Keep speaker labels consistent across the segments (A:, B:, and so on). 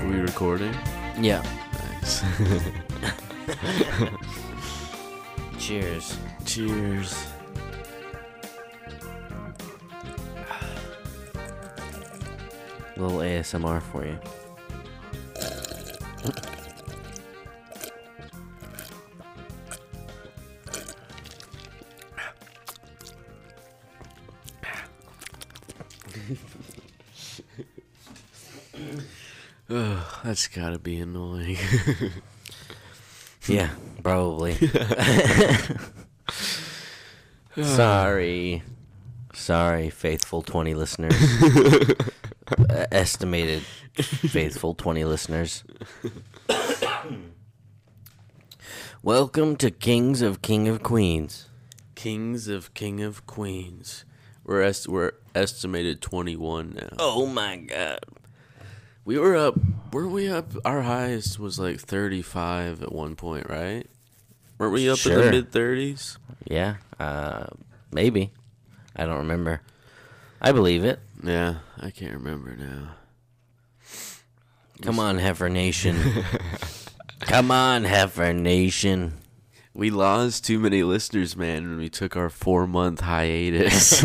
A: recording?
B: Yeah.
A: Nice.
B: Cheers.
A: Cheers.
B: Little ASMR for you.
A: Ugh, that's gotta be annoying.
B: Yeah, probably. Sorry. Sorry, faithful 20 listeners. Uh, estimated faithful 20 listeners. Welcome to Kings of King of Queens.
A: Kings of King of Queens. We're est- we're estimated 21 now.
B: Oh my god.
A: We were up. Were we up? Our highest was like 35 at one point, right? Weren't we up in the
B: Sure.
A: mid 30s?
B: Yeah, uh, maybe. I don't remember. I believe it.
A: Yeah, I can't remember now.
B: Come on, Heifer Nation. Come on, Heifer Nation.
A: We lost too many listeners, man, when we took our four month hiatus.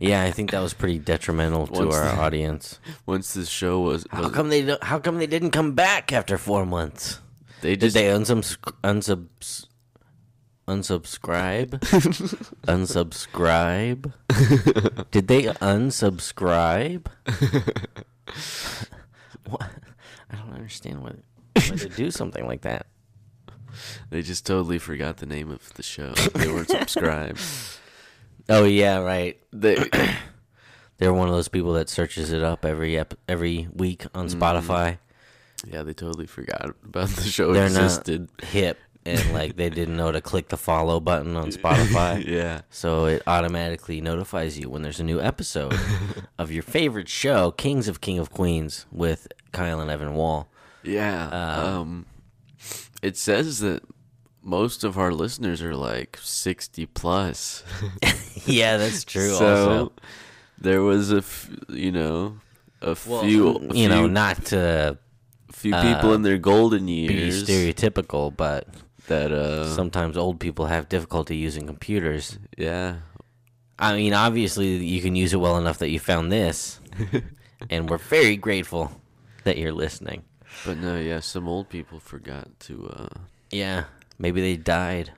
B: Yeah, I think that was pretty detrimental to
A: Once
B: our
A: the-
B: audience.
A: Once this show was,
B: How
A: was-
B: come they don't, how come they didn't come back after four months?
A: they
B: Did
A: just
B: they unsubs unsubs unsubscribe unsubscribe? Did they unsubscribe? what? I don't understand what why they do something like that.
A: they just totally forgot the name of the show. They weren't subscribed.
B: Oh yeah, right.
A: They
B: They're one of those people that searches it up every ep- every week on Spotify.
A: yeah, they totally forgot about the show
B: They're not-
A: existed.
B: Hip and like they didn't know to click the follow button on Spotify.
A: yeah,
B: So it automatically notifies you when there's a new episode of your favorite show, Kings of King of Queens, with Kyle and Evan Wall.
A: yeah. um, it says that most of our listeners are like sixty plus.
B: yeah, that's true.
A: so
B: also,
A: there was a f- you know a
B: well,
A: few a
B: you know,
A: few-
B: not to
A: few people in their golden
B: be
A: years
B: stereotypical, but
A: that uh
B: sometimes old people have difficulty using computers.
A: yeah
B: I mean, obviously, you can use it well enough that you found this, and we're very grateful that you're listening.
A: but no yeah some old people forgot to uh
B: Yeah, maybe they died.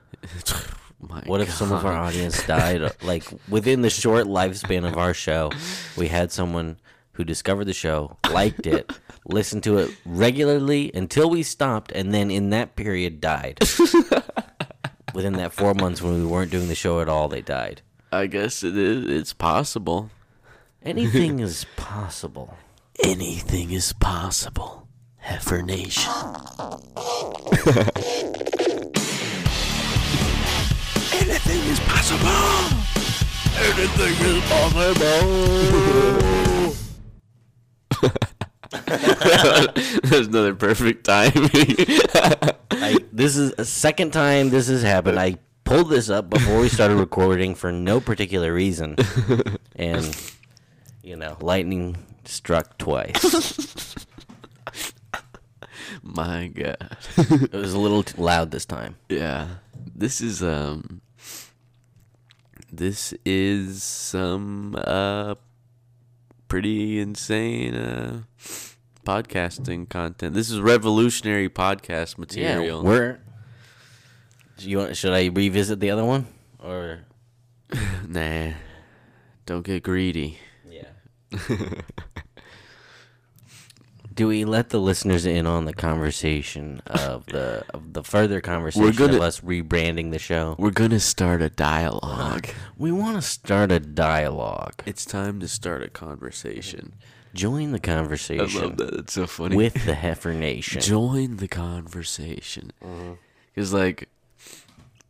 A: my
B: What if some of our
A: God.
B: audience died? uh, like within the short lifespan of our show, we had someone who discovered the show, liked it, listened to it regularly until we stopped, and then in that period died. within that four months when we weren't doing the show at all, they died.
A: I guess it is it's possible
B: Anything is possible.
A: anything is possible heifer nation anything is possible anything is possible There's another perfect timing.
B: I, this is a second time this has happened. I pulled this up before we started recording for no particular reason, and you know, lightning struck twice.
A: My God.
B: It was a little t- loud this time.
A: Yeah. This is um this is some uh pretty insane uh podcasting content. This is revolutionary podcast material.
B: we're. Do you want, should I revisit the other one or?
A: nah. Don't get greedy.
B: Yeah. Do we let the listeners in on the conversation of the of the further conversation
A: gonna-
B: of us rebranding the show?
A: We're going to start a dialogue.
B: We want to start a dialogue.
A: It's time to start a conversation.
B: Join
A: I
B: the conversation
A: love that. It's so funny.
B: with the Heifer Nation.
A: join the conversation
B: Mm-hmm.
A: because like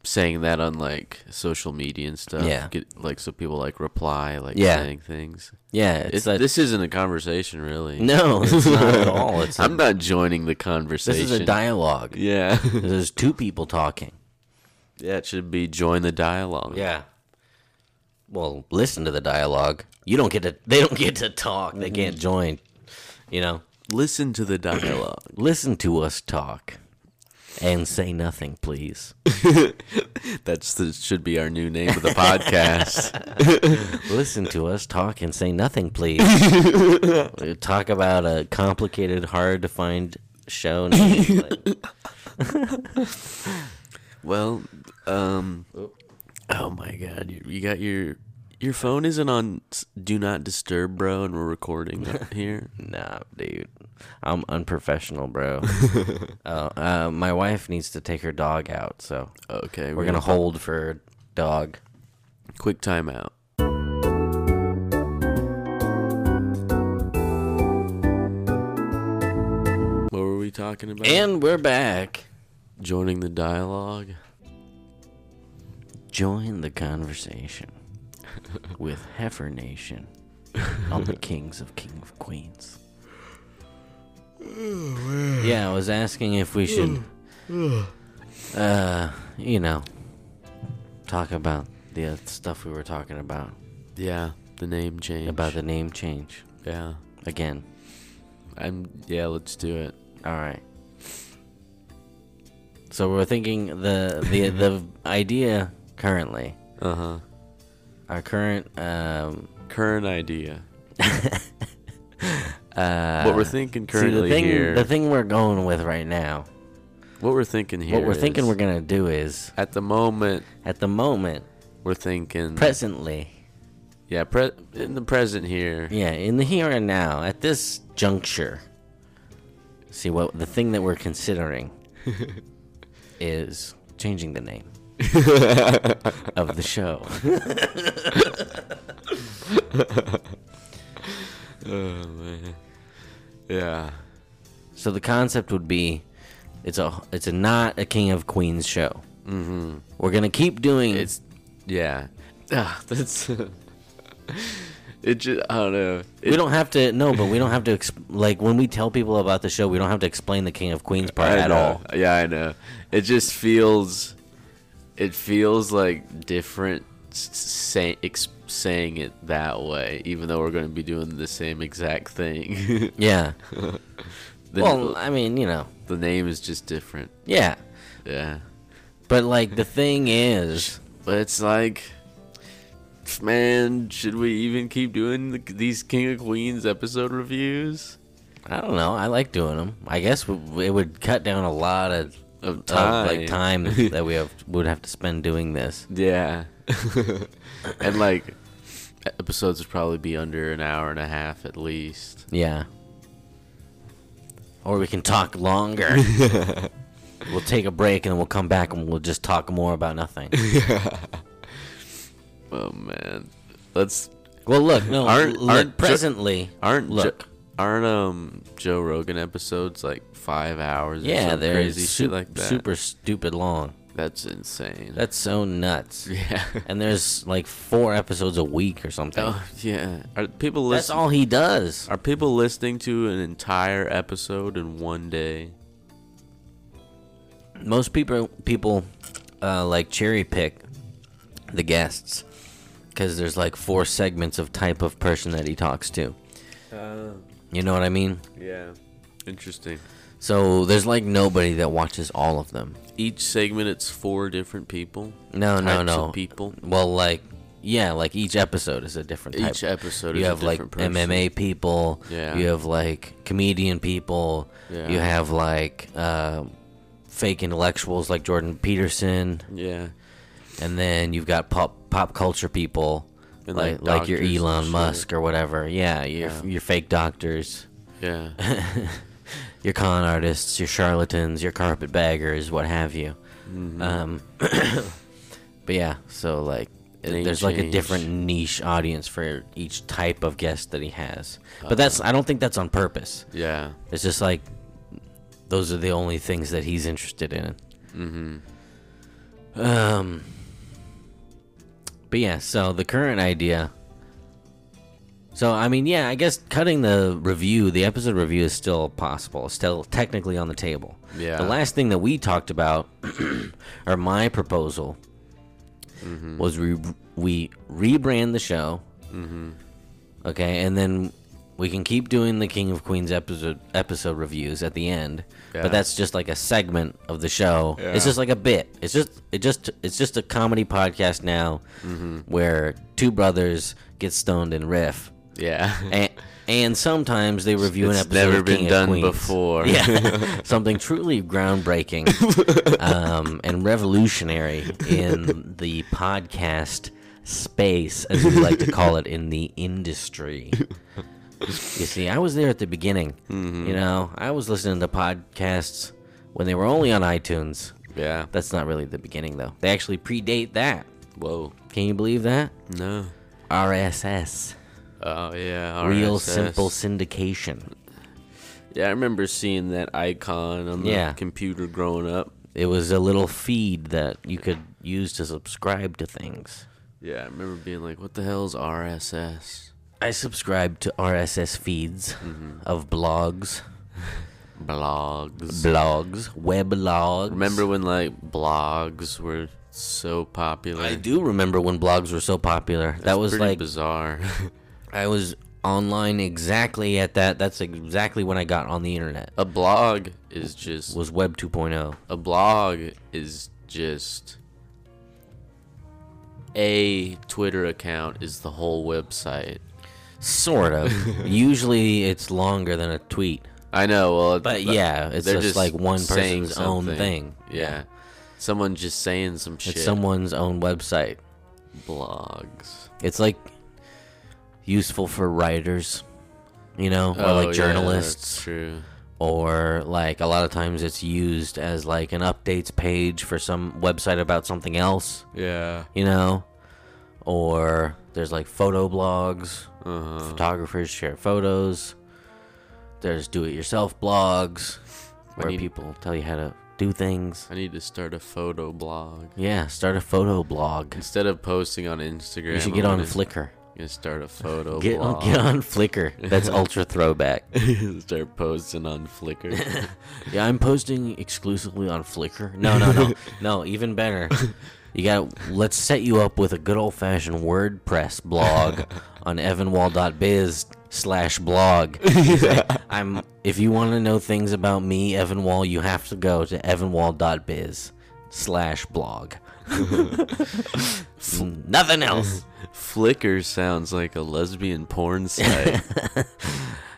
A: saying that on like social media and stuff
B: Yeah.
A: get, like so people like reply like
B: Yeah.
A: saying things
B: yeah, it's,
A: it's,
B: like
A: this isn't a conversation really
B: no, it's not at all. It's a,
A: i'm not joining the conversation
B: this is a dialogue.
A: yeah
B: There's two people talking.
A: yeah it should be join the dialogue
B: Yeah. Well, Mm-hmm. listen to the dialogue. You don't get to. They don't get to talk. They can't join. You know.
A: Listen to the dialogue.
B: Listen to us talk and say nothing, please.
A: That's the, should be our new name of the podcast.
B: Listen to us talk and say nothing, please. We talk about a complicated, hard to find show. name, like-
A: Well, um, oh my god, you, you got your your phone isn't on s- do not disturb, bro, and we're recording up here.
B: nah, dude. I'm unprofessional, bro. uh, uh, my wife needs to take her dog out, so
A: Okay,
B: we're going to hold for dog.
A: quick timeout. What were we talking about?
B: And we're back.
A: joining the dialogue.
B: Join the conversation with Heifer Nation on the Kings of King of Queens. yeah, I was asking if we should, uh, you know, talk about the uh, stuff we were talking about
A: Yeah, the name change.
B: about the name change
A: yeah,
B: again.
A: I'm yeah. Let's do it.
B: All right. So we're thinking the the the idea currently,
A: Uh
B: Uh-huh.
A: huh.
B: our current um,
A: Current idea. what we're thinking
B: Uh, See,
A: currently
B: the thing,
A: here.
B: The thing we're going with right now,
A: what we're thinking here.
B: what we're thinking
A: is,
B: we're gonna do is,
A: at the moment
B: at the moment,
A: we're thinking.
B: presently,
A: yeah, pre- in the present here.
B: yeah, in the here and now, at this juncture. See what the thing that we're considering is changing the name of the show.
A: Oh man. Yeah.
B: So the concept would be, it's a it's a not a King of Queens show. Mm-hmm. We're gonna keep doing
A: It's yeah. Ah, that's. it just I don't know. It,
B: we don't have to no, but we don't have to ex- like when we tell people about the show, we don't have to explain the King of Queens part
A: I
B: at
A: know.
B: all.
A: Yeah, I know. It just feels, it feels like different s- say, ex, saying it that way, even though we're going to be doing the same exact thing.
B: Yeah.
A: the,
B: well, I mean, you know,
A: the name is just different.
B: yeah.
A: Yeah,
B: But like the thing is,
A: but it's like, man, should we even keep doing the, these King of Queens episode reviews?
B: I don't know. I like doing them. I guess w- it would cut down a lot of
A: Of
B: of, like time that we have would have to spend doing this.
A: Yeah. and like episodes would probably be under an hour and a half at least.
B: Yeah. Or we can talk longer. we'll take a break and then we'll come back and we'll just talk more about nothing.
A: Oh man. Let's
B: Well, look, no,
A: Aren't-
B: l-
A: aren't ju-
B: presently
A: aren't Jo-
B: Look.
A: aren't um Joe Rogan episodes like 5 hours or
B: Yeah,
A: some
B: they're
A: crazy
B: sup-
A: shit like that.
B: super stupid long.
A: That's insane.
B: That's so nuts.
A: yeah.
B: And there's like four episodes a week or something.
A: oh, yeah. Are people
B: That's
A: listening
B: all he does.
A: Are people listening to an entire episode in one day?
B: Most people people uh, like cherry pick the guests because there's like four segments of type of person that he talks to. you know what I mean?
A: Yeah. Interesting.
B: So there's like nobody that watches all of them.
A: Each segment it's four different people.
B: No, no,
A: types of
B: no.
A: people.
B: Well, like yeah, like each episode is a different type.
A: Each episode
B: you
A: is
B: have
A: a
B: like
A: different person.
B: MMA people.
A: Yeah.
B: You have like comedian people.
A: Yeah.
B: You have like uh, fake intellectuals like Jordan Peterson,
A: Yeah.
B: and then you've got pop pop culture people
A: And, like,
B: like like your
A: doctors and
B: Elon
A: shit.
B: Musk or whatever. Yeah, your
A: Yeah.
B: your fake doctors,
A: Yeah.
B: your con artists, your charlatans, your carpetbaggers, what have you.
A: Mm-hmm.
B: Um, but yeah, so like.
A: Name
B: There's like a
A: change.
B: different niche audience for each type of guest that he has, but that's
A: Uh-huh.
B: I don't think that's on purpose.
A: yeah.
B: It's just like those are the only things that he's interested in. Mm-hmm. Um. But yeah, so the current idea. So I mean, yeah, I guess cutting the review, the episode review, is still possible. It's still technically on the table.
A: Yeah.
B: The last thing that we talked about, or my proposal,
A: Mm-hmm. Mm-hmm.
B: was we we rebrand the show. Okay, and then We can keep doing the King of Queens episode episode reviews at the end,
A: Yeah.
B: but that's just like a segment of the show.
A: Yeah.
B: It's just like a bit. It's just it just it's just a comedy podcast now, where two brothers get stoned and riff,
A: Yeah.
B: and, and sometimes they review an
A: It's
B: episode. of
A: never been
B: King of
A: done
B: Queens.
A: before.
B: Yeah, something truly groundbreaking um, and revolutionary in the podcast space, as we like to call it in the industry. You see, I was there at the beginning.
A: Mm-hmm.
B: You know, I was listening to podcasts when they were only on iTunes.
A: yeah.
B: That's not really the beginning, though. They actually predate that.
A: Whoa.
B: Can you believe that?
A: No.
B: RSS,
A: Oh yeah.
B: real
A: RSS.
B: simple syndication.
A: Yeah, I remember seeing that icon on the
B: Yeah.
A: computer growing up.
B: It was a little feed that you could use to subscribe to things.
A: Yeah, I remember being like, "What the hell's RSS?"
B: I subscribed to RSS feeds
A: Mm-hmm.
B: of blogs,
A: Blogs.
B: blogs, weblogs.
A: Remember when like blogs were so popular?
B: I do remember when blogs were so popular. that was
A: Pretty
B: like
A: bizarre.
B: I was online exactly at that. That's exactly when I got on the internet.
A: a blog is just
B: Was Web oh. 2.0.
A: a blog is just a Twitter account is the whole website.
B: Sort of. Usually it's longer than a tweet.
A: I know. Well,
B: But yeah, it's
A: they're
B: just, like one
A: saying
B: person's own
A: something.
B: thing.
A: Yeah. someone just saying some shit.
B: It's someone's own website.
A: blogs.
B: It's like useful for writers, you know, or
A: Oh, yeah,
B: like
A: that's
B: journalists,
A: true.
B: or like a lot of times it's used as like an updates page for some website about something else,
A: Yeah.
B: you know, or there's like photo blogs,
A: Uh-huh.
B: photographers share photos. There's do-it-yourself blogs where
A: need-
B: people tell you how to do things.
A: I need to start a photo blog.
B: Yeah, start a photo blog.
A: Instead of posting on Instagram,
B: You should get
A: I'm
B: on
A: gonna-
B: Flickr.
A: gonna start a photo
B: Get on,
A: blog.
B: get on Flickr. That's ultra throwback.
A: start posting on Flickr.
B: Yeah, I'm posting exclusively on Flickr. No, no, no, no. Even better, you got. Let's set you up with a good old fashioned WordPress blog on evanwall.biz slash blog. You say, I'm. If you want to know things about me, Evan Wall, you have to go to evanwall.biz slash blog. Nothing else.
A: Flickr sounds like a lesbian porn site.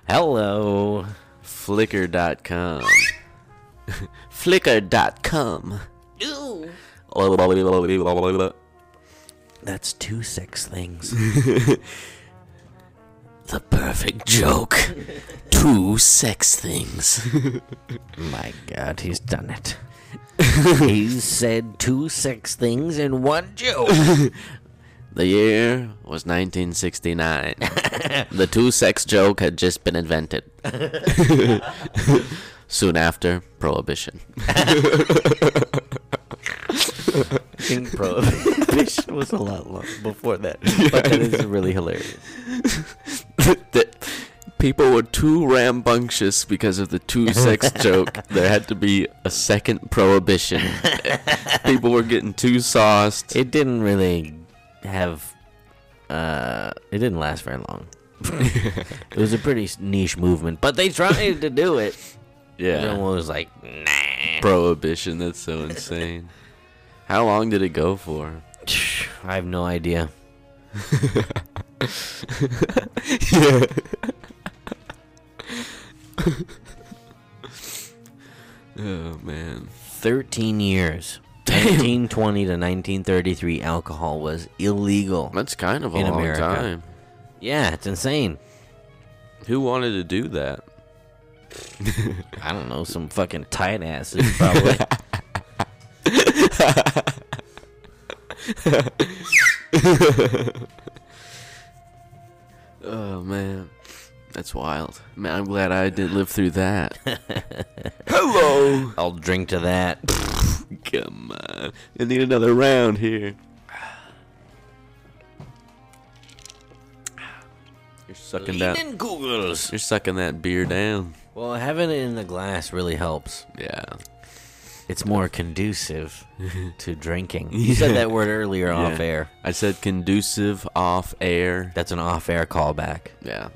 B: Hello.
A: Flickr.com. Flickr.com.
B: Ooh. That's two sex things.
A: The perfect joke. Two sex things.
B: My God, he's done it. he's said two sex things in one joke.
A: The year was 1969. the two sex joke had just been invented. Soon after, Prohibition.
B: think prohibition was a lot long before that, but that is really hilarious.
A: that people were too rambunctious because of the two sex joke. There had to be a second prohibition. people were getting too sauced.
B: It didn't really have. Uh, it didn't last very long. it was a pretty s- niche movement, but they tried to do it.
A: yeah,
B: Everyone was like, "Nah."
A: prohibition. That's so insane. How long did it go for?
B: I have no idea.
A: Oh man.
B: 13 years.
A: Damn.
B: 1920 to 1933, alcohol was illegal.
A: That's kind of a
B: In
A: long
B: America.
A: time.
B: Yeah, it's insane.
A: Who wanted to do that?
B: I don't know, some fucking tight asses probably.
A: Oh man. That's wild. Man, I'm glad I didn't live through that. Hello.
B: I'll drink to that.
A: Come on. I need another round here. You're sucking that
B: Leaning Googles.
A: You're sucking that beer down.
B: Well, having it in the glass really helps.
A: Yeah.
B: It's more conducive to drinking. You said that word earlier off
A: Yeah.
B: air.
A: I said conducive off air.
B: That's an off air callback.
A: Yeah.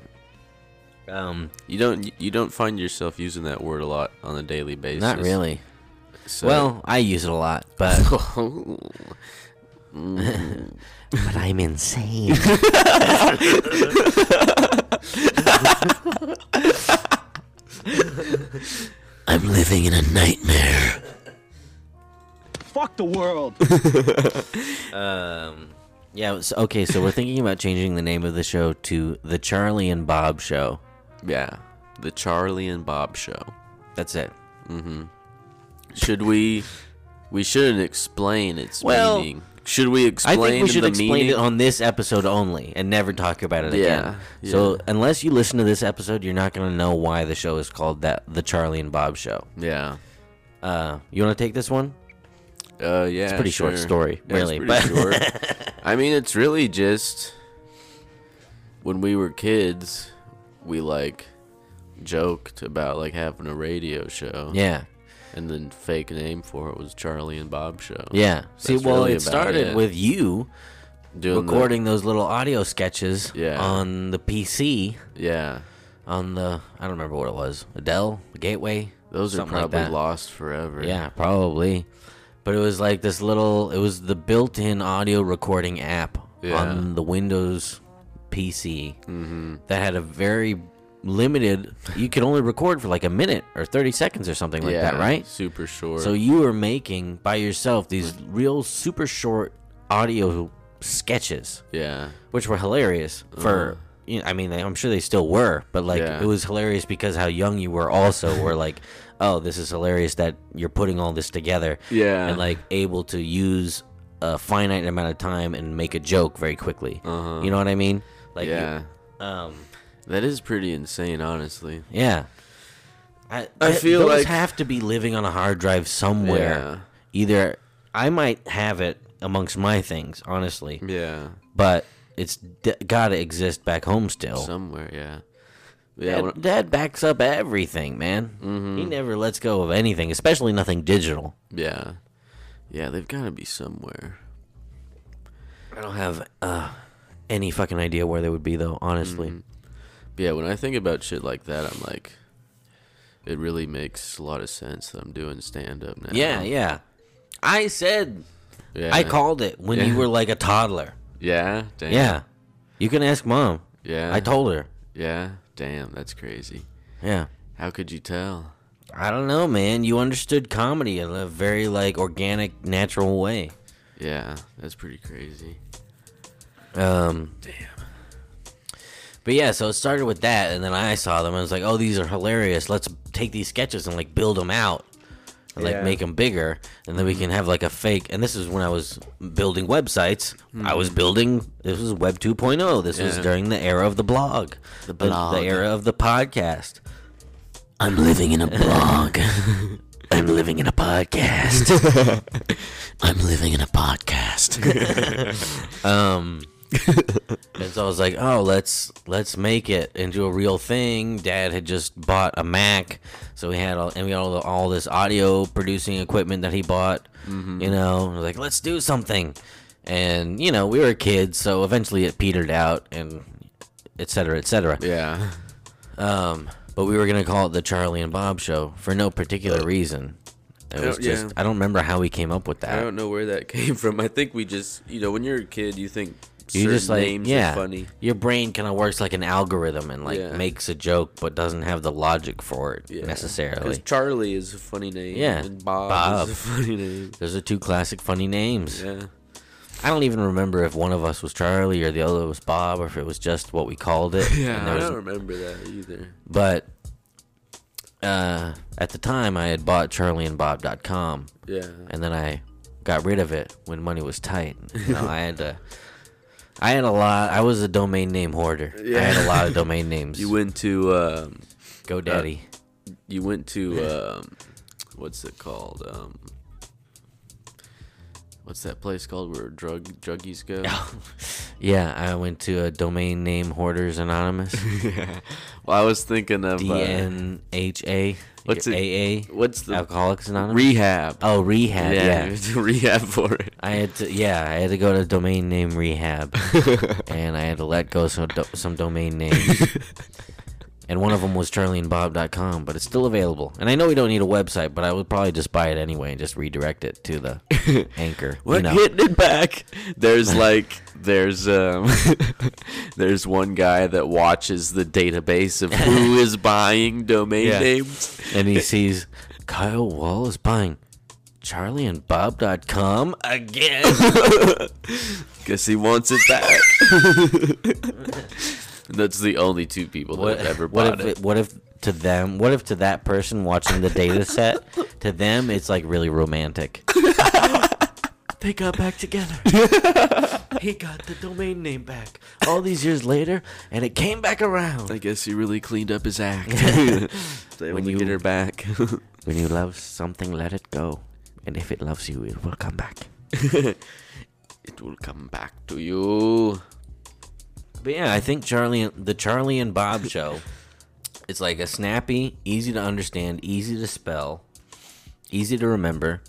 B: Um,
A: You don't you don't find yourself using that word a lot on a daily basis.
B: not really.
A: So- uh,
B: Well, I use it a lot, but but I'm insane. I'm living in a nightmare.
C: Fuck the world.
B: Um, yeah. So, okay, so we're thinking about changing the name of the show to the Charlie and Bob Show.
A: yeah, the Charlie and Bob show.
B: That's it.
A: Should we? We shouldn't explain its
B: Well,
A: meaning. Should we
B: I
A: explain
B: think we should
A: the
B: explain
A: meaning?
B: it on this episode only and never talk about it again.
A: Yeah,
B: So
A: yeah.
B: unless you listen to this episode, you're not gonna know why the show is called that the Charlie and Bob Show.
A: yeah.
B: Uh, you wanna take this one?
A: Uh, yeah. It's
B: pretty short story, really,
A: It's pretty short. I mean, it's really just when we were kids, we like joked about like having a radio show.
B: Yeah.
A: And then fake name for it was Charlie and Bob Show.
B: Yeah. See,
A: That's
B: well,
A: really
B: it
A: about
B: started
A: it.
B: with you
A: Doing the-
B: recording those little audio sketches
A: Yeah.
B: on the PC,
A: yeah.
B: on the I don't remember what it was, Adele, Gateway.
A: Those are
B: something like
A: probably
B: that.
A: lost forever.
B: Yeah, probably. But it was like this little. It was the built-in audio recording app
A: Yeah. Mm-hmm.
B: on the Windows PC that had a very limited. You could only record for like a minute or thirty seconds or something like that,
A: Yeah,
B: right?
A: Super short.
B: So you were making by yourself these real super short audio sketches,
A: yeah.
B: which were hilarious for. You know, I mean, I'm sure they still were, but like
A: Uh-huh. Yeah.
B: it was hilarious because how young you were. Also, were like, oh, this is hilarious that you're putting all this together
A: Yeah.
B: and like able to use a finite amount of time and make a joke very quickly. You know what I mean? Like, you-
A: Uh-huh. yeah.
B: um,
A: That is pretty insane, honestly.
B: yeah. I,
A: I
B: th-
A: feel
B: those
A: like-
B: have to be living on a hard drive somewhere. Either I might have it amongst my things, honestly,
A: Yeah. Yeah.
B: but it's d- gotta exist back home still.
A: Somewhere, yeah. Yeah.
B: Dad,
A: when I-
B: Dad backs up everything, man. He never lets go of anything, especially nothing digital.
A: yeah. Yeah, they've got to be somewhere.
B: I don't have uh, any fucking idea where they would be, though, honestly.
A: But yeah, when I think about shit like that, I'm like, it really makes a lot of sense that I'm doing stand up now.
B: Yeah, yeah. I said
A: Yeah.
B: I called it when
A: Yeah.
B: you were like a toddler.
A: Yeah. Damn.
B: Yeah. You can ask mom.
A: Yeah.
B: I told her.
A: Yeah. Damn, that's crazy.
B: Yeah.
A: How could you tell?
B: I don't know, man. You understood comedy in a very like organic, natural way.
A: Yeah, that's pretty crazy.
B: Um Damn. But yeah, so it started with that and then I saw them and I was like, "Oh, these are hilarious. Let's take these sketches and like build them out." And, like
A: Yeah.
B: make them bigger and then we can have like a fake and this is when i was building websites i was building this was web 2.0 this was
A: Hmm. Yeah.
B: during the era of the blog
A: The
B: the-
A: blog.
B: the, era of the podcast i'm living in a blog i'm living in a podcast i'm living in a podcast um and so i was like oh let's let's make it into a real thing dad had just bought a mac so we had all and we had all, the, all this audio producing equipment that he bought
A: Mm-hmm.
B: you know and I was like let's do something and you know we were kids so eventually it petered out and et cetera et cetera
A: Yeah.
B: um, but we were gonna call it the Charlie and Bob Show for no particular reason. It was
A: don't- yeah.
B: just I don't remember how we came up with
A: I
B: that.
A: don't know where that came from. I think we just, you know, when you're a kid, you think
B: You
A: certain
B: just like
A: names
B: yeah,
A: are funny.
B: your brain kind of works like an algorithm and like
A: Yeah.
B: makes a joke but doesn't have the logic for it
A: Yeah. 'Cause
B: necessarily.
A: Charlie is a funny name.
B: Yeah.
A: And Bob,
B: Bob.
A: is a funny name.
B: Those are two classic funny names.
A: Yeah.
B: I don't even remember if one of us was Charlie or the other was Bob or if it was just what we called it.
A: Yeah.
B: And there
A: I
B: was-
A: don't remember that either.
B: but uh, at the time, I had bought CharlieandBob.com.
A: Yeah.
B: and then I got rid of it when money was tight. You know, I had to. I had a lot. I was a domain name hoarder. I had a
A: Yeah.
B: lot of domain names.
A: You went to, um,
B: GoDaddy.
A: you went to, um, what's it called? Um, what's that place called where drug druggies go?
B: yeah, I went to a domain name hoarders anonymous.
A: yeah. Well, I was thinking of uh,
B: DNHA.
A: What's it-
B: AA?
A: what's the
B: Alcoholics Anonymous.
A: rehab.
B: oh, rehab.
A: yeah,
B: Yeah.
A: you had to rehab for it.
B: I had to. Yeah, I had to go to domain name rehab, and I had to let go some do- some domain names. and one of them was charlieandbob.com, but it's still available. And I know we don't need a website, but I would probably just buy it anyway and just redirect it to the anchor.
A: We're
B: you know.
A: hitting it back. There's like there's um there's one guy that watches the database of who is buying domain
B: Yeah.
A: names.
B: and he sees Kyle Wall is buying charlieandbob.com again.
A: Guess he wants it back. That's the only two people that
B: What,
A: have ever
B: what
A: bought
B: if
A: it.
B: it- what if to them what if to that person watching the data set to them it's like really romantic they got back together he got the domain name back all these years later and it came back around
A: I guess he really cleaned up his act. they
B: When
A: when you get
B: you-
A: her back.
B: when you love something let it go and if it loves you it will come back
A: it will come back to you.
B: But yeah, I think Charlie, the Charlie and Bob show, it's like a snappy, easy to understand, easy to spell, easy to remember.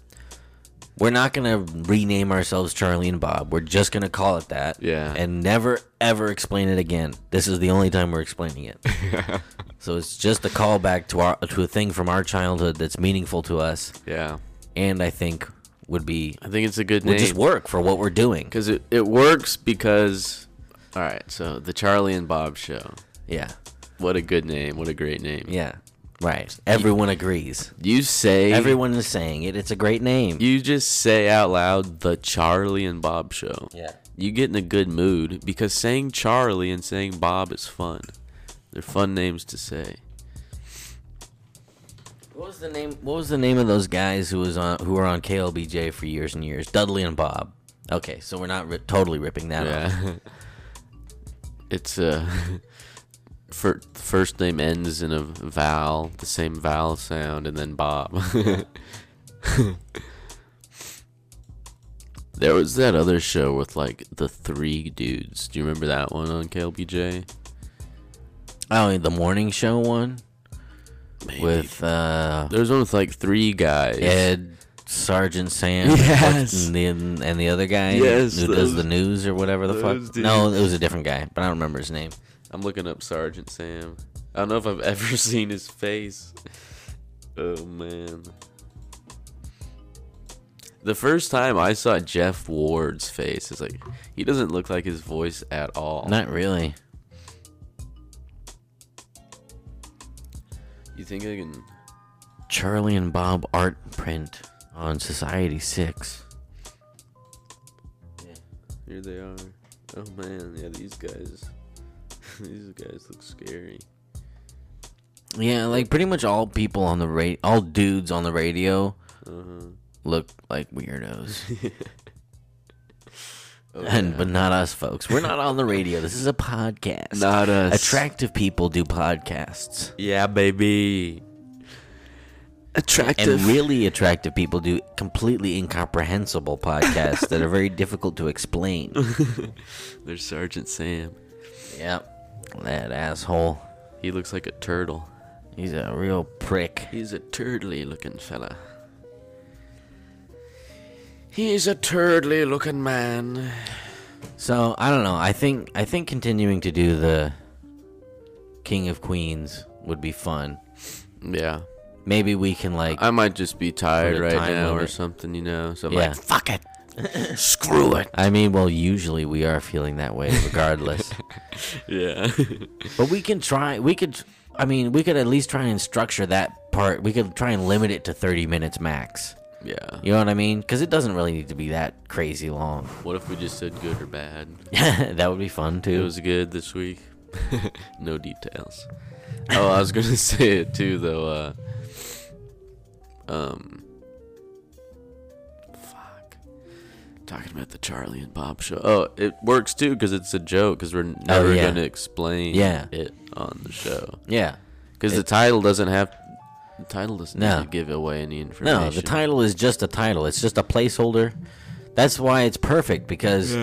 B: We're not gonna rename ourselves Charlie and Bob. We're just gonna call it that.
A: Yeah.
B: And never ever explain it again. This is the only time we're explaining it. so it's just a callback to our to a thing from our childhood that's meaningful to us,
A: Yeah.
B: and I think would be
A: I think it's a good
B: would
A: name.
B: just work for what we're doing.
A: Because it, it works because. Alright, so the Charlie and Bob show.
B: Yeah.
A: What a good name. What a great name.
B: Yeah. Right. Everyone agrees.
A: You say.
B: Everyone is saying it. It's a great name.
A: You just say out loud the Charlie and Bob show.
B: yeah.
A: You get in a good mood because saying Charlie and saying Bob is fun. They're fun names to say.
B: What was the name? What was the name of those guys who was on who were on KLBJ for years and years? Dudley and Bob. Okay, so we're not ri- totally ripping that off.
A: Yeah. it's uh fir- first name ends in a vowel, the same vowel sound and then Bob. there was that other show with like the three dudes. Do you remember that one on KLBJ?
B: Oh, the morning show one with uh,
A: There was one with like three guys.
B: Ed Sergeant Sam
A: Yes.
B: and, the, and the other guy
A: Yes,
B: who does
A: those-
B: the news or whatever the fuck.
A: those
B: No, it was a different guy, but I don't remember his name.
A: I'm looking up Sergeant Sam. I don't know if I've ever seen his face. Oh man. The first time I saw Jeff Ward's face, it's like he doesn't look like his voice at all.
B: Not really.
A: You think I can?
B: Charlie and Bob art print on Society Six.
A: Here they are. Oh man, yeah, these guys. these guys look scary.
B: Yeah, like pretty much all people on the radio, all dudes on the radio
A: Uh-huh.
B: look like weirdos.
A: Oh,
B: and
A: yeah.
B: but not us folks. We're not on the radio. This is a podcast.
A: not us.
B: Attractive people do podcasts.
A: Yeah, baby. Attractive.
B: And really attractive people do completely incomprehensible podcasts that are very difficult to explain.
A: There's Sergeant Sam.
B: yep. That asshole.
A: He looks like a turtle.
B: He's a real prick.
A: He's a turtly looking fella. He's a turtly looking man.
B: So I don't know. I think I think continuing to do the King of Queens would be fun.
A: Yeah.
B: Maybe we can like
A: I might just be tired
B: Put a
A: right
B: time
A: now or
B: limit.
A: something, you know? So I'm
B: yeah.
A: like, fuck it. Screw it.
B: I mean, well, usually we are feeling that way regardless.
A: Yeah.
B: but we can try. We could. I mean, we could at least try and structure that part. We could try and limit it to 30 minutes max.
A: yeah.
B: You know what I mean? Because it doesn't really need to be that crazy long.
A: What if we just said good or bad?
B: that would be fun
A: It
B: too.
A: was good this week. no details. Oh, I was going to say it too, though. Uh, um. Fuck. Talking about the Charlie and Bob show. Oh, it works too because it's a joke because we're never
B: Oh, yeah.
A: going to explain
B: Yeah.
A: it on the show.
B: yeah.
A: Because the title doesn't have. The title doesn't
B: No.
A: need to give away any information.
B: No, the title is just a title. It's just a placeholder. That's why it's perfect because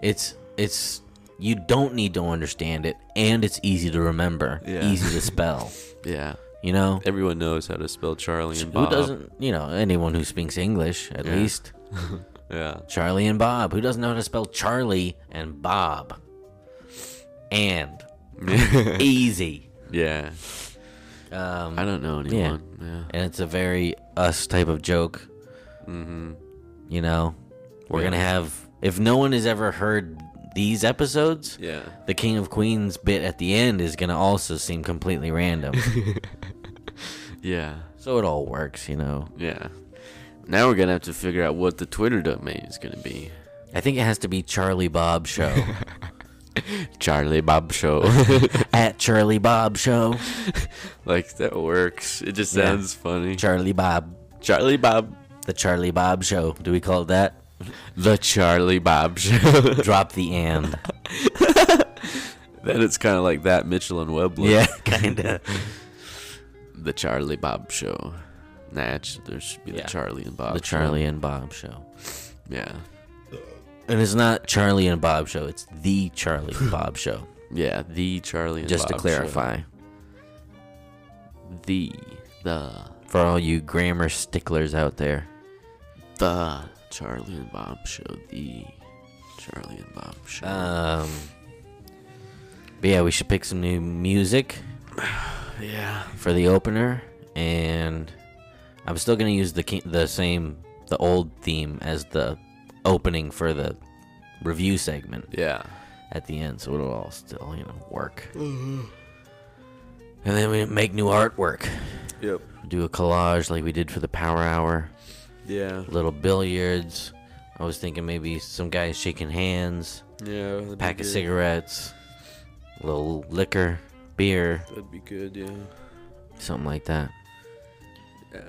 B: it's it's you don't need to understand it and it's easy to remember,
A: Yeah.
B: easy to spell.
A: Yeah.
B: You know,
A: Everyone knows how to spell Charlie and
B: who
A: Bob.
B: doesn't? You know, anyone who speaks English at
A: Yeah.
B: least.
A: Yeah.
B: Charlie and Bob. Who doesn't know how to spell Charlie and Bob? And easy.
A: Yeah.
B: Um,
A: I don't know
B: Yeah.
A: anyone. Yeah.
B: and it's a very us type of joke.
A: Mm-hmm.
B: You know, we're
A: Yeah.
B: gonna have if no one has ever heard these episodes,
A: Yeah.
B: the King of Queens bit at the end is gonna also seem completely random.
A: Yeah.
B: so it all works, you know.
A: Yeah. Now we're gonna have to figure out what the Twitter domain is gonna be.
B: I think it has to be Charlie Bob Show
A: Charlie Bob Show.
B: at Charlie Bob Show.
A: like that works. It just
B: Yeah.
A: sounds funny.
B: Charlie Bob,
A: Charlie Bob.
B: the Charlie Bob Show. Do we call it that?
A: The Charlie Bob Show.
B: Drop the and.
A: then it's kind of like that Mitchell and Webb. look.
B: yeah, kinda.
A: The Charlie Bob Show. Nah, it should- there should be
B: Yeah.
A: the Charlie and Bob.
B: The Charlie and Bob Show.
A: Show. Yeah.
B: And it's not Charlie and Bob Show. It's the Charlie and Bob Show.
A: Yeah. The Charlie and
B: Just
A: Bob
B: to clarify,
A: Show. The. The.
B: for all you grammar sticklers out there,
A: The Charlie and Bob Show. The Charlie and Bob Show.
B: um, but yeah, we should pick some new music
A: yeah.
B: for the opener, and I'm still gonna use the ki- the same the old theme as the opening for the review segment
A: Yeah.
B: at the end, so it'll all still you know work. and then we make new artwork,
A: Yep.
B: do a collage like we did for the Power Hour.
A: Yeah.
B: little billiards. I was thinking maybe some guys shaking hands,
A: Yeah.
B: pack of cigarettes, little liquor, beer,
A: That'd be good. Yeah.
B: something like that.
A: Yeah.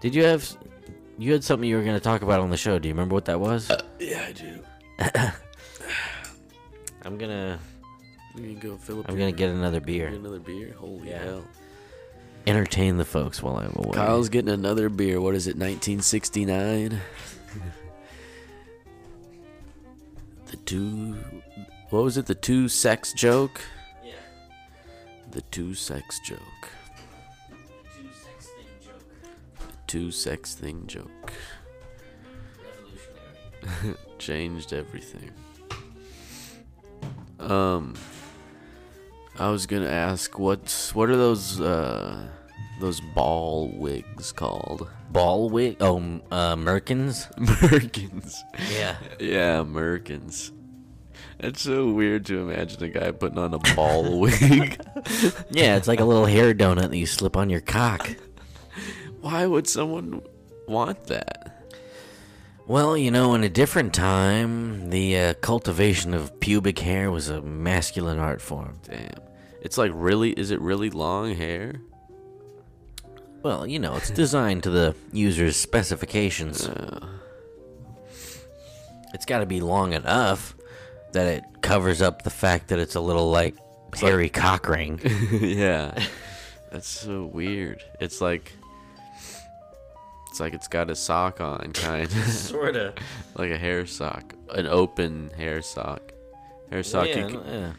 B: Did you have you had something you were going to talk about on the show? Do you remember what that was?
A: Yeah, I do.
B: I'm going to
A: You can go fill up.
B: I'm
A: your-
B: going to get another
A: Get
B: beer.
A: another beer? Holy
B: Yeah.
A: hell.
B: Entertain the folks while I'm away.
A: Kyle's getting another beer. What is it, 1969? the two. What was it? The two sex joke?
B: Yeah.
A: The two sex joke. The two sex thing joke. Changed everything. Um. I was gonna ask what's what are those uh those ball wigs called?
B: Ball wig? Oh, m- uh, Merkins?
A: Merkins.
B: Yeah.
A: Yeah, Merkins. It's so weird to imagine a guy putting on a ball wig.
B: Yeah, it's like a little hair donut that you slip on your cock.
A: Why would someone want that?
B: Well, you know, in a different time, the uh, cultivation of pubic hair was a masculine art form.
A: Damn. It's like really is it really long hair?
B: Well, you know, it's designed to the user's specifications. It's got to be long enough that it covers up the fact that it's a little like hairy cock ring.
A: yeah. That's so weird. It's like it's like it's got a sock on kind of
B: sort of.
A: like a hair sock, an open hair sock. Hair sock you can,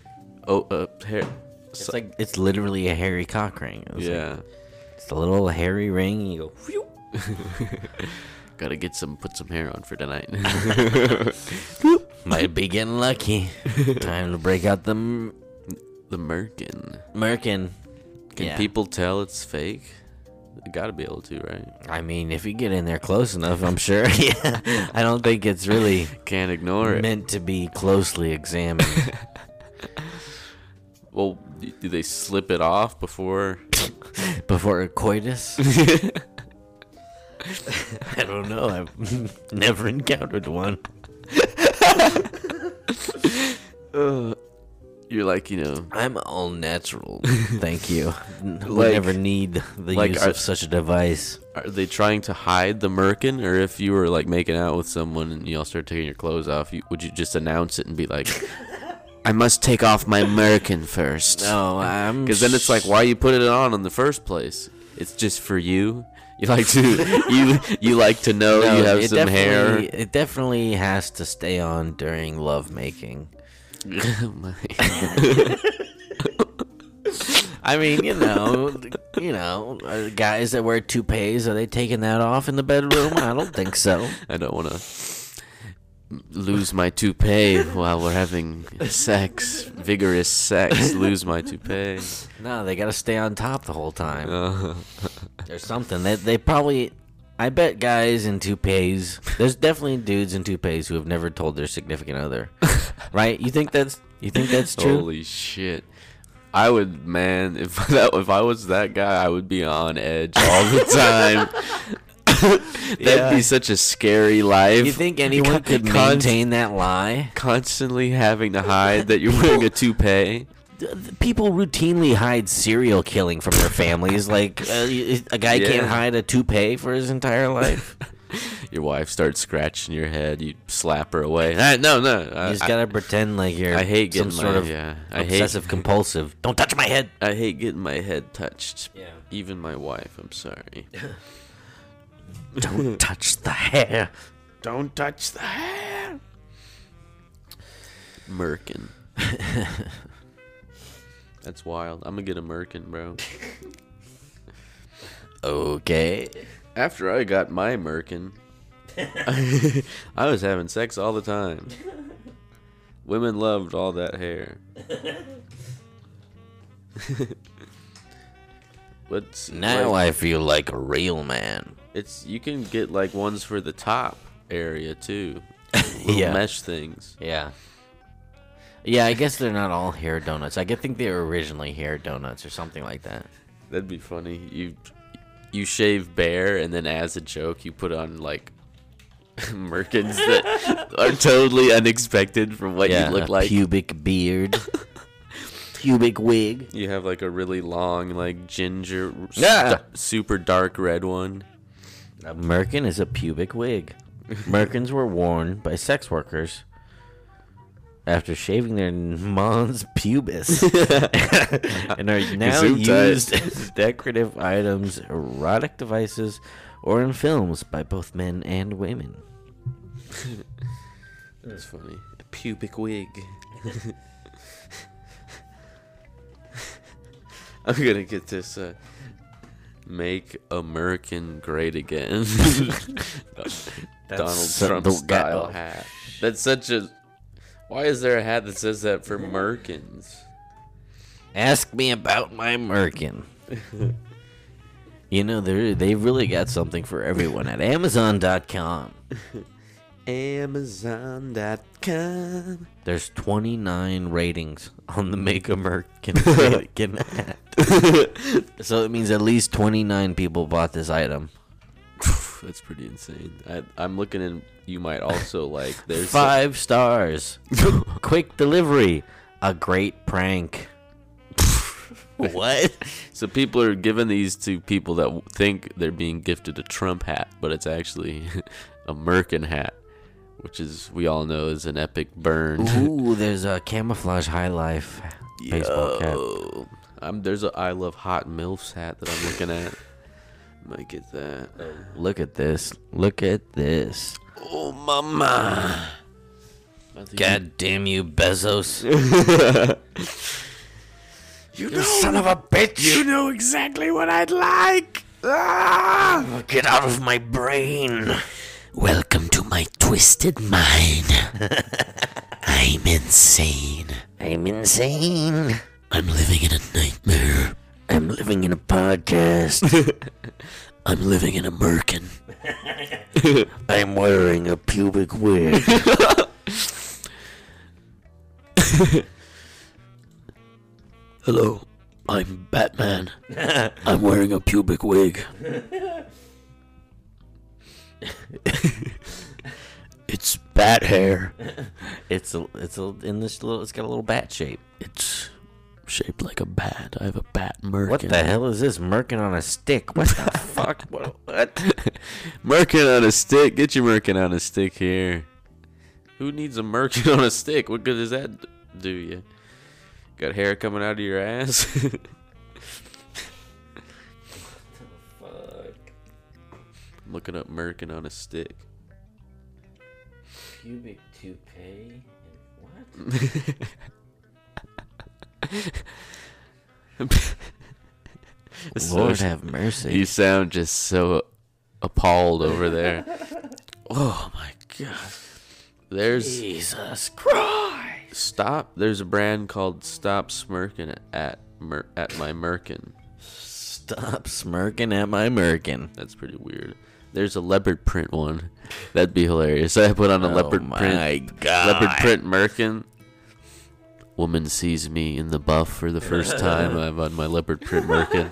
A: oh, uh, hair
B: It's like it's literally a hairy cock ring. It's like-
A: yeah.
B: it's a little hairy ring. And you go. Whew.
A: Gotta get some, put some hair on for tonight.
B: Might be getting lucky. Time to break out the m-
A: the merkin.
B: merkin.
A: Can
B: Yeah.
A: people tell it's fake? They gotta be able to, right?
B: I mean, if you get in there close enough, I'm sure. yeah. I don't think it's really
A: Can't ignore it.
B: meant to be closely examined.
A: Well, d- do they slip it off before?
B: Before a coitus? I don't know. I've never encountered one.
A: You're like, you know,
B: I'm all natural. Thank you. N- we
A: Like-
B: never need the
A: like
B: use
A: are-
B: of such a device.
A: are they trying to hide the merkin, or if you were like making out with someone and you all start taking your clothes off, you, would you just announce it and be like, "I must take off my merkin first?
B: No, I'm.
A: Because then it's like, why you put it on in the first place? It's just for you. You like to you you like to know
B: No,
A: you have
B: it
A: some hair.
B: definitely- It definitely has to stay on during lovemaking. I mean, you know, you know, are guys that wear toupees are they taking that off in the bedroom? I don't think so.
A: I don't want to lose my toupee while we're having sex, vigorous sex. Lose my toupee.
B: No, they got to stay on top the whole time. There's something that they probably. I bet guys in toupees. There's definitely dudes in toupees who have never told their significant other, right? You think that's you think that's true?
A: Holy shit. I would, man, if that if I was that guy, I would be on edge all the time. That'd
B: Yeah.
A: be such a scary life.
B: You think
A: Con-
B: anyone could
A: con-
B: maintain that lie?
A: constantly having to hide that you're wearing a toupee?
B: People routinely hide serial killing from their families. Like uh, y- a guy
A: Yeah.
B: can't hide a toupee for his entire life.
A: Your wife starts scratching your head. You slap her away. Ah, no, no. I,
B: You just
A: I-
B: gotta pretend like you're.
A: I hate
B: some
A: getting
B: sort
A: my-
B: of
A: yeah, I hate-
B: obsessive compulsive. Don't touch my head.
A: I hate getting my head touched.
B: Yeah.
A: Even my wife. I'm sorry.
B: Don't touch the hair.
A: Don't touch the hair. Merkin. That's wild. I'm gonna get a merkin, bro.
B: Okay.
A: After I got my merkin, I was having sex all the time. Women loved all that hair. What's
B: Now
A: like,
B: I feel like a real man.
A: it's you can get like ones for the top area too. Little
B: Yeah.
A: mesh things.
B: Yeah. Yeah, I guess they're not all hair donuts. I could think they were originally hair donuts or something like that.
A: That'd be funny. You you shave bare and then as a joke you put on like merkins that are totally unexpected from what
B: Yeah,
A: you look
B: a
A: like.
B: pubic beard, pubic wig.
A: You have like a really long, like ginger, s-
B: Yeah.
A: da- super dark red one.
B: A merkin is a pubic wig. Merkins were worn by sex workers after shaving their mons pubis and are now
A: Gesundheit.
B: used as decorative items, erotic devices, or in films by both men and women.
A: That's funny. A pubic wig. I'm gonna get this. Uh, make American great again. Donald
B: so-
A: Trump
B: the- that-
A: style
B: oh,
A: hat. That's such a. Why is there a hat that says that for Merkins?
B: Ask me about my merkin. you know they they really got something for everyone at Amazon.com.
A: Amazon.com.
B: There's 29 ratings on the Make American American app. so it means at least 29 people bought this item.
A: That's pretty insane. I, I'm looking in. You might also like. There's a-
B: Five stars. Quick- Quick delivery. A great prank. what?
A: so people are giving these to people that w- think they're being gifted a Trump hat, but it's actually a Merkin hat, which is we all know is an epic burn.
B: Ooh, there's a camouflage high life baseball cap.
A: Yo. Oh, I'm, there's a I love hot milfs hat that I'm looking at. Might get that.
B: Look at this. Look at this.
A: Oh mama! I think
B: God damn you, Bezos.
A: You know, son of a bitch! You know exactly what I'd like. Ah!
B: Get out of my brain.
D: Welcome to my twisted mind. I'm insane.
B: I'm insane.
D: I'm living in a nightmare.
B: I'm living in a podcast.
D: I'm living in a merkin.
B: I'm wearing a pubic wig.
D: Hello, I'm Batman. I'm wearing a pubic wig. it's bat hair.
B: It's a, it's a, in this little. It's got a little bat shape.
D: It's shaped like a bat. I have a bat merkin.
B: What the hell is this? Merkin on a stick. What the fuck? What? what?
A: Merkin on a stick. Get your merkin on a stick here. Who needs a merkin on a stick? What good does that do you? Got hair coming out of your ass?
B: Uh,
A: Looking up merkin on a stick.
B: Pubic toupee. What? Lord
A: So-
B: have mercy.
A: you sound just so appalled over there.
D: Oh my god.
A: There's
B: Jesus Christ.
A: stop. There's a brand called Stop Smirking at Mer- at my Merkin.
B: Stop smirking at my merkin.
A: That's pretty weird. There's a leopard print one. That'd be hilarious. I put on a leopard
B: Oh my
A: print.
B: God.
A: Leopard print merkin. Woman sees me in the buff for the first time. I'm on my leopard print merkin.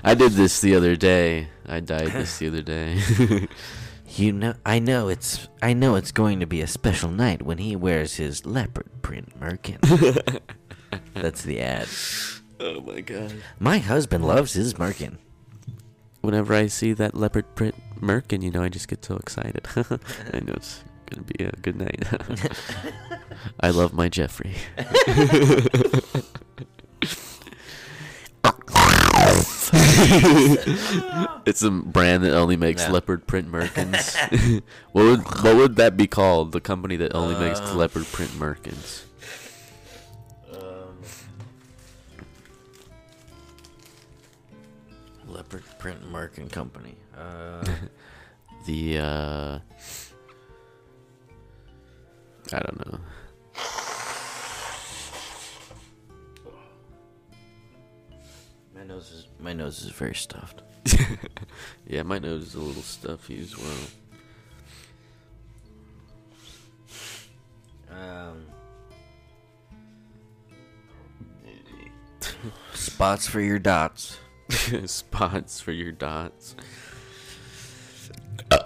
A: I did this the other day. I died this the other day.
B: You know, I know it's, I know it's going to be a special night when he wears his leopard print merkin. That's the ad.
A: oh my god.
B: My husband loves his merkin.
A: Whenever I see that leopard print merkin, you know, I just get so excited. I know it's gonna be a good night. I love my Jeffrey. it's a brand that only makes
B: No.
A: leopard print merkins. what would what would that be called? The company that only makes leopard print merkins.
B: Leopard print merkin company. Uh,
A: The uh I don't know.
B: my nose is, my nose is very stuffed.
A: Yeah, my nose is a little stuffy as well.
B: Um, spots for your dots.
A: spots for your dots. Uh,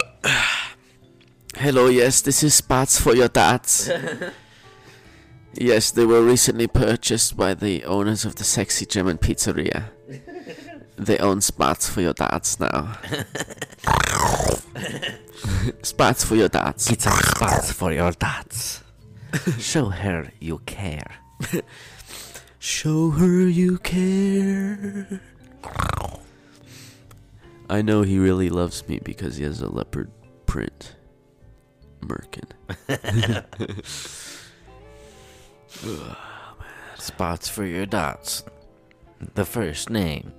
A: Hello, yes, this is spots for your dots. yes, they were recently purchased by the owners of the sexy German pizzeria. they own spots for your dots now. spots for your dots.
B: It's a spots for your dots. Show her you care.
A: Show her you care. I know he really loves me because he has a leopard print merkin.
B: Spots for your dots. The first name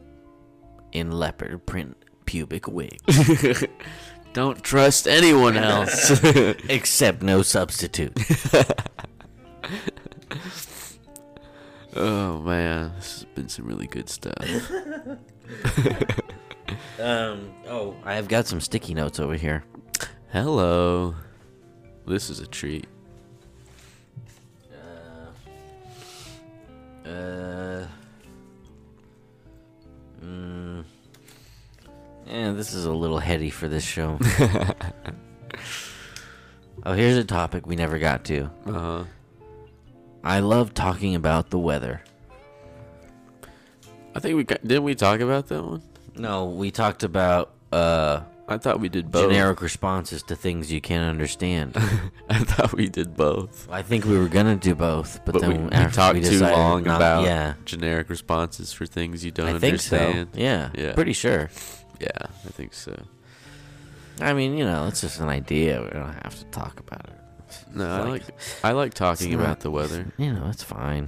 B: in leopard print pubic wig.
A: Don't trust anyone else.
B: Except no substitute.
A: oh man, this has been some really good stuff.
B: Um. Oh, I've got some sticky notes over here.
A: Hello. This is a treat.
B: Uh. Mm, eh, this is a little heady for this show. oh, here's a topic we never got to.
A: Uh huh.
B: I love talking about the weather.
A: I think we got, didn't we talk about that one?
B: No, we talked about uh
A: I thought we did both.
B: generic responses to things you can't understand.
A: I thought we did both.
B: I think we were gonna do both, but,
A: But
B: then
A: we, we
B: after
A: talked
B: we
A: too
B: decided
A: long
B: not-
A: about
B: yeah.
A: generic responses for things you don't
B: I think so.
A: understand.
B: Yeah,
A: Yeah.
B: pretty sure.
A: Yeah, I think so.
B: I mean, you know, it's just an idea. We don't have to talk about it.
A: No, I
B: Like-
A: like I like talking
B: It's
A: about
B: not-
A: the weather.
B: You know, it's fine.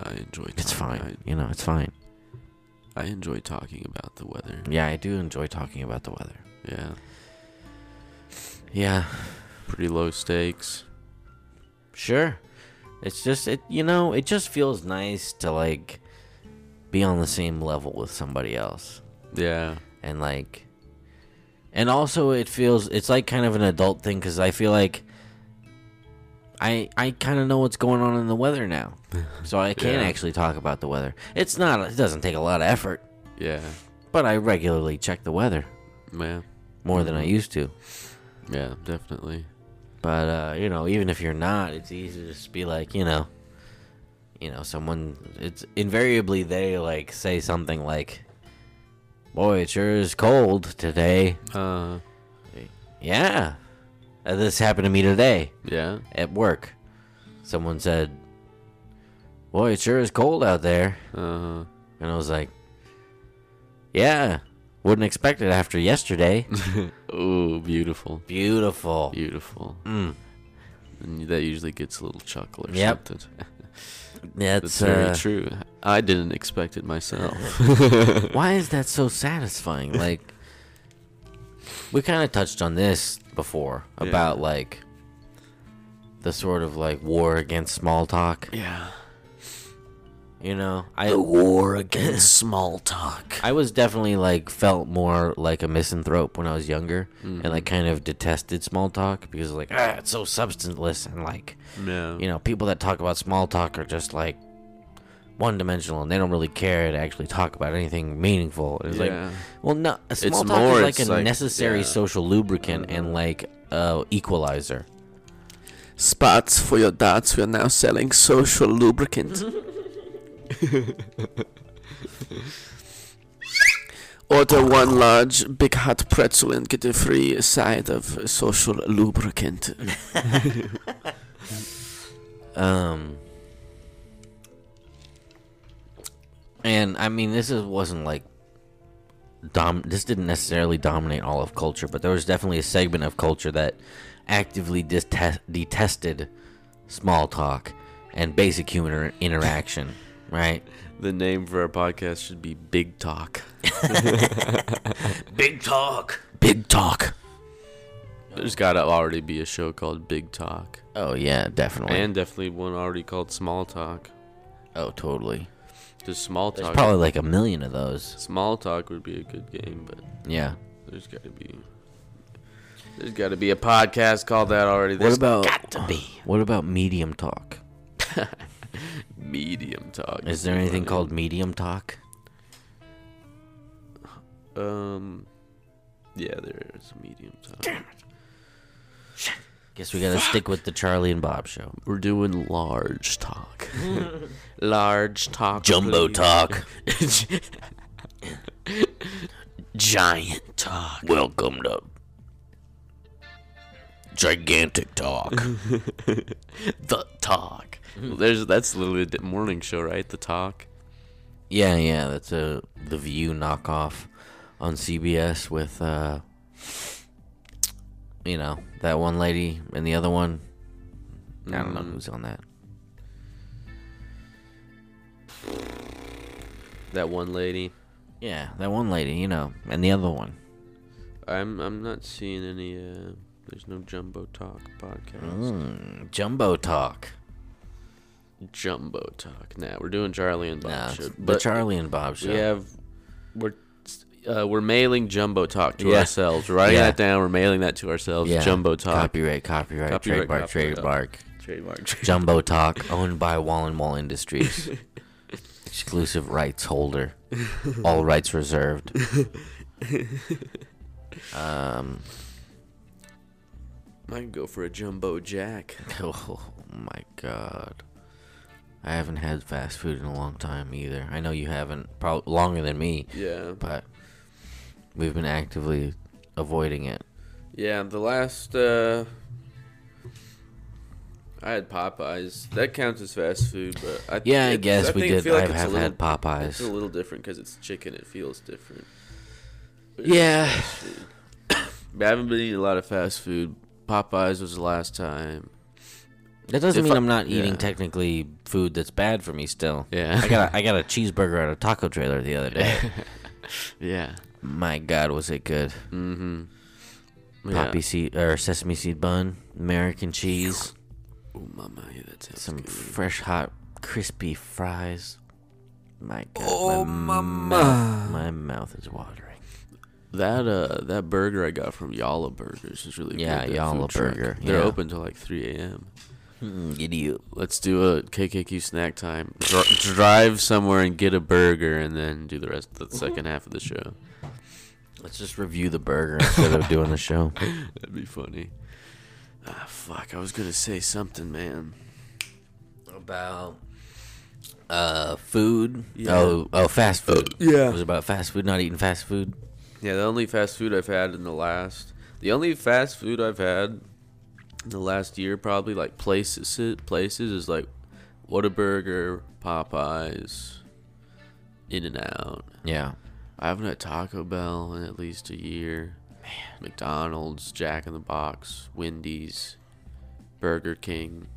A: I enjoy. Talking,
B: It's fine. You know, it's fine.
A: I, I enjoy talking about the weather.
B: Yeah, I do enjoy talking about the weather.
A: Yeah,
B: Yeah,
A: pretty low stakes.
B: sure. It's just it. You know, it just feels nice to like be on the same level with somebody else,
A: Yeah,
B: and like, and also it feels it's like kind of an adult thing because I feel like I I kind of know what's going on in the weather now, so I can
A: Yeah.
B: actually talk about the weather. It's not. It doesn't take a lot of effort,
A: yeah,
B: but I regularly check the weather
A: yeah,
B: more than I used to.
A: yeah, definitely.
B: But uh, you know, even if you're not, it's easy to just be like, you know, you know, someone. It's invariably they like say something like, "Boy, it sure is cold today."
A: Uh,
B: Yeah, Uh, this happened to me today
A: yeah,
B: at work. Someone said, "Boy, it sure is cold out there,"
A: uh,
B: and I was like, "Yeah, wouldn't expect it after yesterday."
A: oh, beautiful,
B: Beautiful.
A: beautiful.
B: Mm.
A: And that usually gets a little chuckle or
B: Yep.
A: something. That's
B: That's
A: very
B: uh,
A: true. I didn't expect it myself.
B: Why is that so satisfying? Like, we kind of touched on this before about like the sort of like war against small talk.
A: Yeah.
B: You know, I
D: War against small talk.
B: I was definitely like felt more like a misanthrope when I was younger, and like kind of detested small talk because like ah, it's so substanceless and like
A: Yeah.
B: you know people that talk about small talk are just like one dimensional and they don't really care to actually talk about anything meaningful. It's
A: Yeah.
B: like well, no, a small talk
A: more,
B: is like a
A: it's like-
B: necessary
A: yeah.
B: social lubricant and like uh, equalizer.
D: Spots for your dots. We are now selling social lubricant. Order one large big hot pretzel and get a free side of social lubricant.
B: Um, and I mean, this is, wasn't like dom. This didn't necessarily dominate all of culture, but there was definitely a segment of culture that actively detest, detested small talk and basic human inter- interaction. right?
A: The name for our podcast should be Big Talk.
B: Big talk.
D: Big talk.
A: There's gotta already be a show called Big Talk,
B: Oh yeah, definitely.
A: and definitely one already called Small Talk.
B: oh, totally.
A: Just small talk.
B: Probably like a million of those.
A: small talk would be a good game, but
B: Yeah.
A: there's gotta be. There's gotta be a podcast called that already. There's
B: about-
A: got to be
B: What about medium talk?
A: medium talk.
B: Is there anything called medium talk?
A: Um. Yeah, there is medium talk.
B: Guess we gotta stick with the Charlie and Bob show.
A: We're doing large talk. large talk. please.
B: talk.
D: Giant talk.
B: Welcome to gigantic talk.
A: The talk. There's that's literally the morning show, right? The talk.
B: yeah, yeah, that's a The View knockoff on CBS with uh, you know that one lady and the other one. I don't know
A: Mm.
B: who's on that.
A: That one lady.
B: Yeah, that one lady, you know, and the other one.
A: I'm I'm not seeing any. Uh, there's no jumbo talk podcast.
B: Mm, jumbo talk.
A: Jumbo talk. Nah, we're doing Charlie and Bob
B: Nah,
A: show,
B: it's the
A: but
B: Charlie and Bob show.
A: we have we're uh, we're mailing jumbo talk to
B: Yeah.
A: ourselves. We're writing
B: Yeah.
A: that down. We're mailing that to ourselves. Jumbo talk.
B: Copyright, copyright,
A: Copyright,
B: trademark,
A: copyright.
B: trademark.
A: Trademark.
B: Jumbo Talk, owned by Wall and Wall Industries. Exclusive rights holder. All rights reserved. Um,
A: I can go for a jumbo jack.
B: oh my god. I haven't had fast food in a long time either. I know you haven't, probably longer than me,
A: Yeah.
B: but we've been actively avoiding it.
A: Yeah, the last uh I had Popeyes. That counts as fast food, but I
B: Yeah, I
A: it's-
B: guess we
A: think- I
B: did.
A: feel like
B: I
A: it's a
B: have
A: little-
B: had
A: It's a
B: Popeyes.
A: little different because it's chicken. It feels different.
B: Yeah.
A: But I haven't been eating a lot of fast food. Popeyes was the last time.
B: That doesn't
A: If
B: mean
A: I-
B: I, am not eating
A: yeah.
B: technically food that's bad for me still.
A: Yeah.
B: I got a, I got a cheeseburger at a taco trailer the other day.
A: Yeah.
B: My God, was it good?
A: yeah.
B: Poppy seed or sesame seed bun, American cheese,
A: Oh, mama, yeah, that sounds
B: some
A: good.
B: fresh hot crispy fries. My God, oh my mouth, my mouth is watering.
A: That uh, that burger I got from Yalla Burgers is really
B: Yeah,
A: good. that
B: Yalla
A: food truck.
B: Burger,
A: They're
B: yeah.
A: open till like 3 a.m. Hmm,
B: Idiot.
A: Let's do a KKQ snack time. Dr- drive somewhere and get a burger, and then do the rest of the second half of the show.
B: Let's just review the burger instead of doing the show.
A: That'd be funny. Ah, fuck. I was gonna say something, man.
B: About uh food. Oh, oh, fast food.
A: yeah.
B: It was about fast food. Not eating fast food.
A: Yeah, the only fast food I've had in the last, the only fast food I've had in the last year, probably like places, places is like Whataburger, Popeyes, In and Out.
B: Yeah.
A: I haven't had Taco Bell in at least a year. Man. McDonald's, Jack in the Box, Wendy's, Burger King.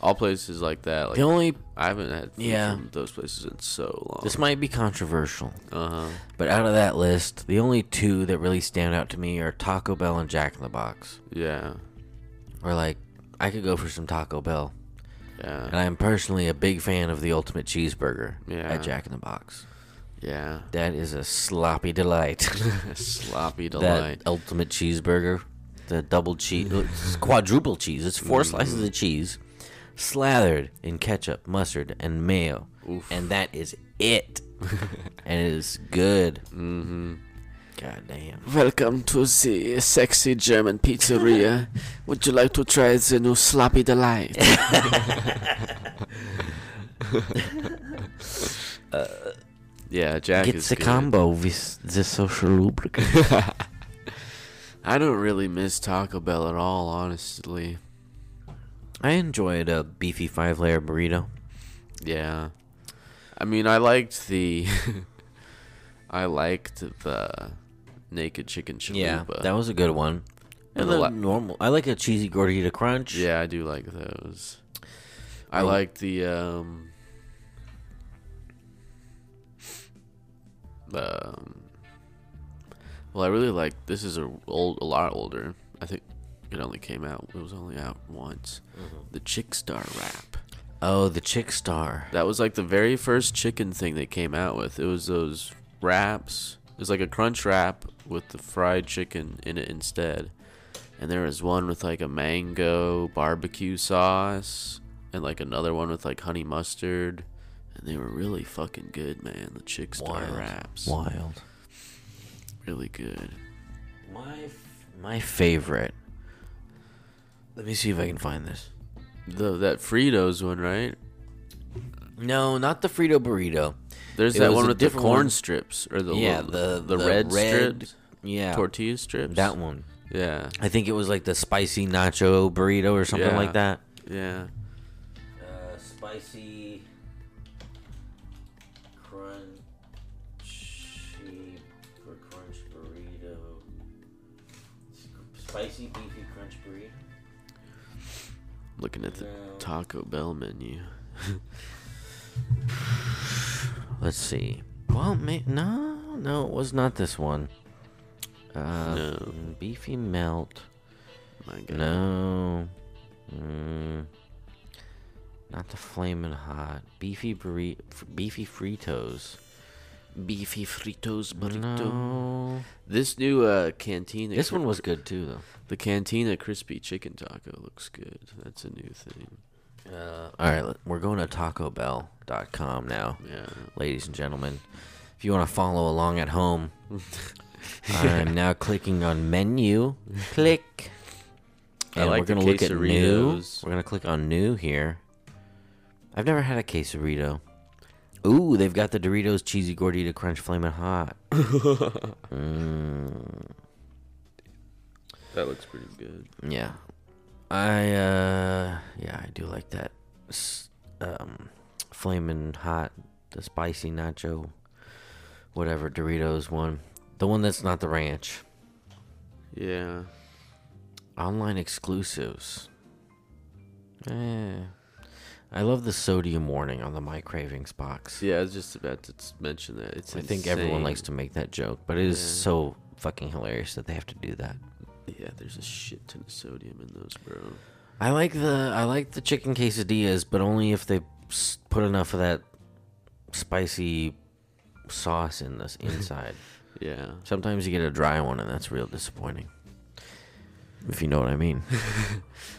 A: all places like that. Like
B: The only
A: I haven't had food
B: Yeah.
A: from those places in so long.
B: this might be controversial,
A: uh huh.
B: but out of that list, the only two that really stand out to me are Taco Bell and Jack in the Box.
A: Yeah.
B: Or like, I could go for some Taco Bell, and
A: Yeah.
B: I'm personally a big fan of the ultimate cheeseburger
A: Yeah.
B: at Jack in the Box.
A: Yeah.
B: That is a sloppy delight.
A: Sloppy
B: that
A: delight.
B: ultimate cheeseburger, the double cheese, it's quadruple cheese. It's
A: Mm-hmm.
B: four slices of cheese, slathered in ketchup, mustard, and mayo, and that is it. and it is good. Mm-hmm. God damn.
D: Welcome to the sexy German pizzeria. Would you like to try the new sloppy delight?
A: Uh, yeah, Jack
B: It's
A: is
B: a
A: good.
B: combo with the social lubricant.
A: I don't really miss Taco Bell at all, honestly.
B: I enjoyed a beefy five layer burrito.
A: Yeah. I mean, I liked the. I liked the naked chicken chalupa.
B: that was a good one. And
A: And
B: the
A: the la-
B: normal, I like a cheesy gordita crunch.
A: Yeah, I do like those. I
B: Um,
A: like the um the um, well, I really like this is a old a lot older. I think it only came out. It was only out once. The Chick Star rap.
B: Oh, the chick star.
A: That was like the very first chicken thing they came out with. It was those wraps. It was like a crunch wrap with the fried chicken in it instead. And there was one with like a mango barbecue sauce and like another one with like honey mustard. And they were really fucking good, man. The chick star
B: Wild.
A: wraps.
B: Wild.
A: Really good.
B: My f- my favorite. Let me see if I can find this.
A: The that Fritos one, right?
B: No, not the Frito burrito.
A: There's
B: It
A: that
B: was
A: one
B: a
A: with the
B: different
A: corn
B: one.
A: strips or the
B: yeah,
A: little-
B: the
A: the, red, strips,
B: Yeah,
A: tortilla strips.
B: that one.
A: Yeah,
B: I think it was like the spicy nacho burrito or something
A: Yeah.
B: like that.
A: yeah.
B: Uh, spicy crunchy or crunch burrito. Spicy beefy crunch burrito.
A: Looking at the
B: No.
A: Taco Bell menu.
B: Let's see. Well, ma- no, no, it was not this one. Uh,
A: No.
B: Beefy melt.
A: My God.
B: No. Mm. Not the flaming hot. Beefy burrito. Beefy fritos.
A: Beefy fritos
B: No.
A: This new uh, cantina.
B: This one was good too, though.
A: the cantina crispy chicken taco looks good. That's a new thing.
B: Uh, all right, let- we're going to TacoBell.com now,
A: Yeah.
B: ladies and gentlemen. If you want to follow along at home, I'm now clicking on menu. Click.
A: I
B: And
A: like
B: we're gonna
A: the
B: look at new.
A: quesaritos.
B: We're gonna click on new here. I've never had a quesarito. Ooh, they've got the Doritos cheesy gordita crunch flaming hot. Mm.
A: That looks pretty good.
B: Yeah, I uh, yeah, I do like that. S- Um, flaming hot, the spicy nacho, whatever Doritos one, the one that's not the ranch.
A: Yeah.
B: Online exclusives. Eh. I love the sodium warning on the My Cravings box.
A: Yeah, I was just about to s- mention that. It's
B: I think everyone likes to
A: insane.
B: make that joke, but it is
A: Yeah.
B: so fucking hilarious that they have to do that.
A: Yeah, there's a shit ton of sodium in those, bro.
B: I like the I like the chicken quesadillas, but only if they s- put enough of that spicy sauce in this inside.
A: Yeah.
B: Sometimes you get a dry one, and that's real disappointing. If you know what I mean.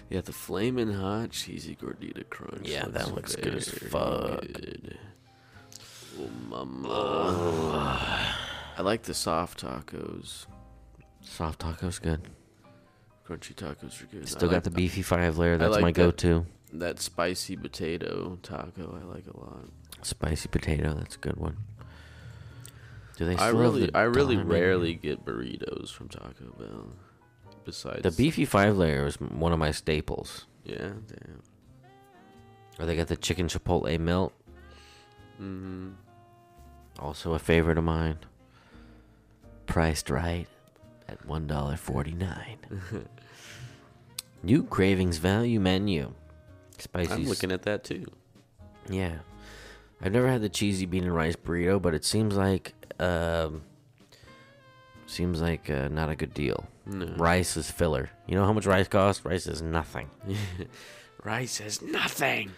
A: Yeah, the flaming hot cheesy gordita crunch.
B: Yeah, that looks good as
A: very
B: fuck.
A: good. Oh, mama. I like the soft tacos.
B: Soft tacos good.
A: Crunchy tacos are good.
B: Still
A: I
B: got
A: like
B: the beefy five layer. That's
A: like
B: my
A: that.
B: go-to.
A: That spicy potato taco I like a lot.
B: Spicy potato. That's a good one. Do they? Still
A: I
B: have
A: really,
B: the
A: I really
B: diamond?
A: rarely get burritos from Taco Bell. Besides
B: The beefy five layer is m- one of my staples.
A: Yeah, damn.
B: Or they got the chicken chipotle melt.
A: Mm-hmm.
B: Also a favorite of mine. Priced right at $1.49. New Cravings Value Menu. Spicy.
A: I'm looking at that too.
B: Yeah. I've never had the cheesy bean and rice burrito, but it seems like um seems like uh, not a good deal. Rice is filler. You know how much rice costs? Rice is nothing.
A: Rice has nothing.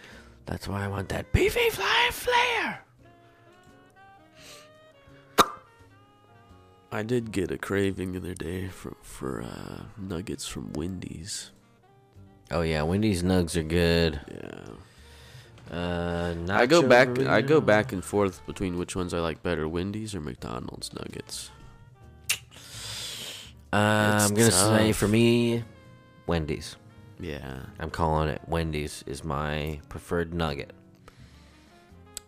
B: That's why I want that beefy fly flair.
A: I did get a craving the other day for for uh, nuggets from Wendy's.
B: Oh yeah, Wendy's nugs are good.
A: Yeah,
B: Uh nacho
A: I go back. I go
B: burrito.
A: back and forth between which ones I like better, Wendy's or McDonald's nuggets.
B: Uh, I'm going
A: It's
B: to say
A: tough.
B: for me Wendy's.
A: Yeah,
B: I'm calling it Wendy's is my preferred nugget.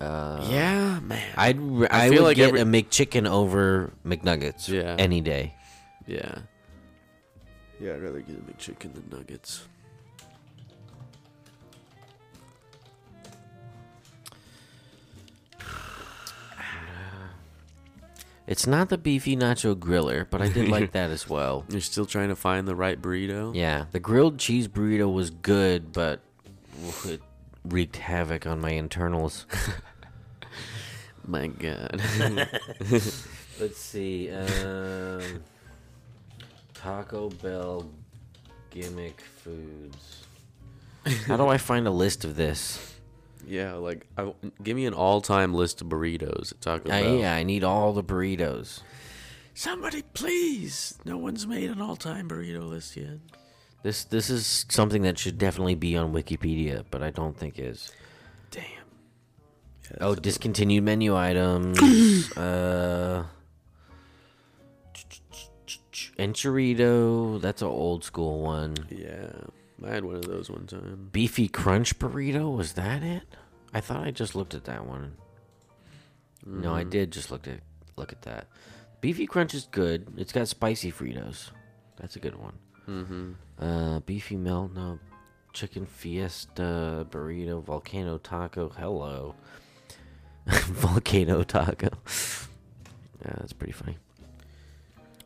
B: Uh,
A: Uh, yeah, man.
B: I'd re- I,
A: feel
B: would
A: like
B: get
A: every-
B: a McChicken over McNuggets
A: Yeah.
B: any day.
A: yeah, yeah. I'd rather get a McChicken than nuggets.
B: It's not the beefy nacho griller, but I did like that as well.
A: You're still trying to find the right burrito.
B: Yeah, the grilled cheese burrito was good, but oof, it wreaked havoc on my internals.
A: My God.
B: Let's see. Um, Taco Bell gimmick foods. How do I find a list of this?
A: yeah, like I, give me an all-time list of burritos at Taco
B: I,
A: Bell.
B: Uh, yeah, I need all the burritos.
A: Somebody, please. No one's made an all-time burrito list yet.
B: This this is something that should definitely be on Wikipedia, but I don't think is.
A: Damn.
B: Oh, discontinued menu items. uh, enchilado. That's an old school one.
A: Yeah, I had one of those one time.
B: Beefy crunch burrito. Was that it? I thought I just looked at that one. No,
A: Mm-hmm.
B: I did just look at look at that. Beefy crunch is good. It's got spicy Fritos. That's a good one. Mm-hmm. Uh, beefy melt. No, chicken fiesta burrito volcano taco. Hello, volcano taco. yeah, that's pretty funny.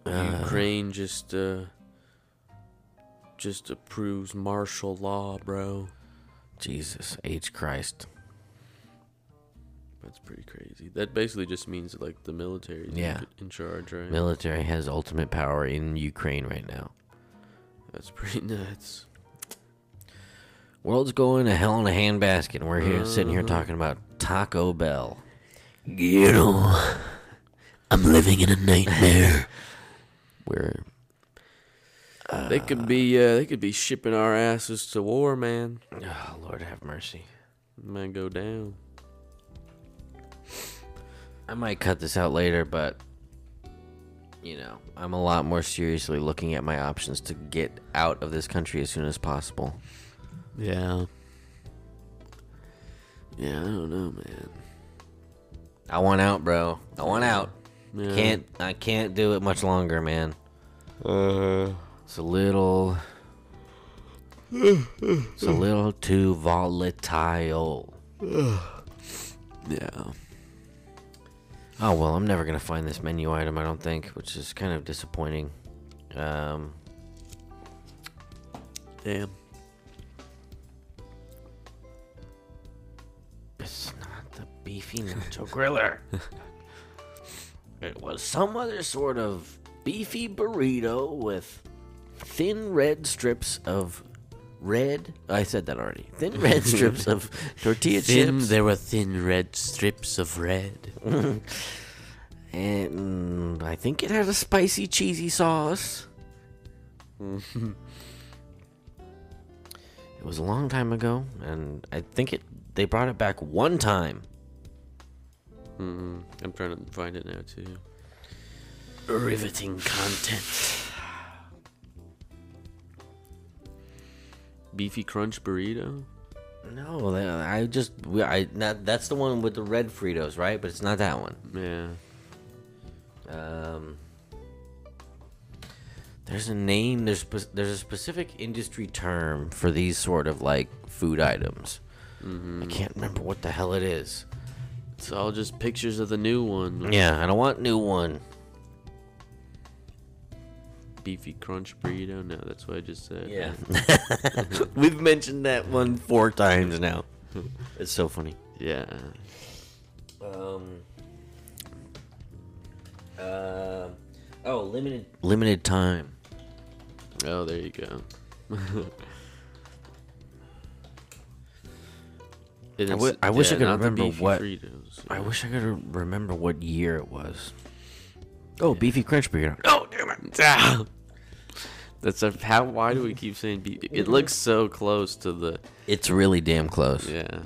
A: Ukraine just uh, just approves martial law, bro.
B: Jesus H Christ.
A: That's pretty crazy. That basically just means that, like the military's in-
B: Yeah.
A: in charge, right?
B: Military has ultimate power in Ukraine right now.
A: That's pretty nuts.
B: World's going to hell in a handbasket, and we're here sitting here talking about Taco Bell.
D: You know, I'm living in a nightmare.
B: We're
A: they could be uh, they could be shipping our asses to war, man.
B: oh Lord have mercy.
A: Man, go down.
B: I might cut this out later, but you know, I'm a lot more seriously looking at my options to get out of this country as soon as possible.
A: Yeah. Yeah, I don't know, man.
B: I want out, bro. I want out.
A: Yeah.
B: Can't I can't do it much longer, man.
A: Uh,
B: It's a little It's a little too volatile.
A: yeah.
B: Oh well, I'm never gonna find this menu item. I don't think, which is kind of disappointing. Um,
A: Damn.
B: it's not the beefy nacho griller. it was some other sort of beefy burrito with thin red strips of red. I said that already. Thin red strips of tortilla chips.
A: There were thin red strips of red.
B: And I think it had a spicy cheesy sauce. it was a long time ago, and I think it they brought it back one time.
A: Mm-hmm. I'm trying to find it now too.
D: Riveting content.
A: Beefy crunch burrito.
B: No, they- I just we- I not, that's the one with the red Fritos, right? But it's not that one.
A: Yeah.
B: Um, there's a name. There's spe- there's a specific industry term for these sort of like food items. I can't remember what the hell it is.
A: mm-hmm. It's all just
B: Hmm.
A: pictures of the new one.
B: Yeah, I don't want new one.
A: beefy crunch burrito? No, that's what I just said.
B: We've mentioned that one four times now. It's so funny.
A: Yeah.
B: Um. Uh, oh, limited limited time.
A: Oh, there you go. And
B: I
A: it's-
B: wi- I wish I could
A: not the
B: remember
A: beefy
B: what-
A: Fritos.
B: I wish I could re- remember what year it was. Oh, beefy crunch burrito.
A: Oh damn it! Ah. That's a, how. Why do we keep saying beef? It looks so close to the.
B: It's really damn close.
A: Yeah.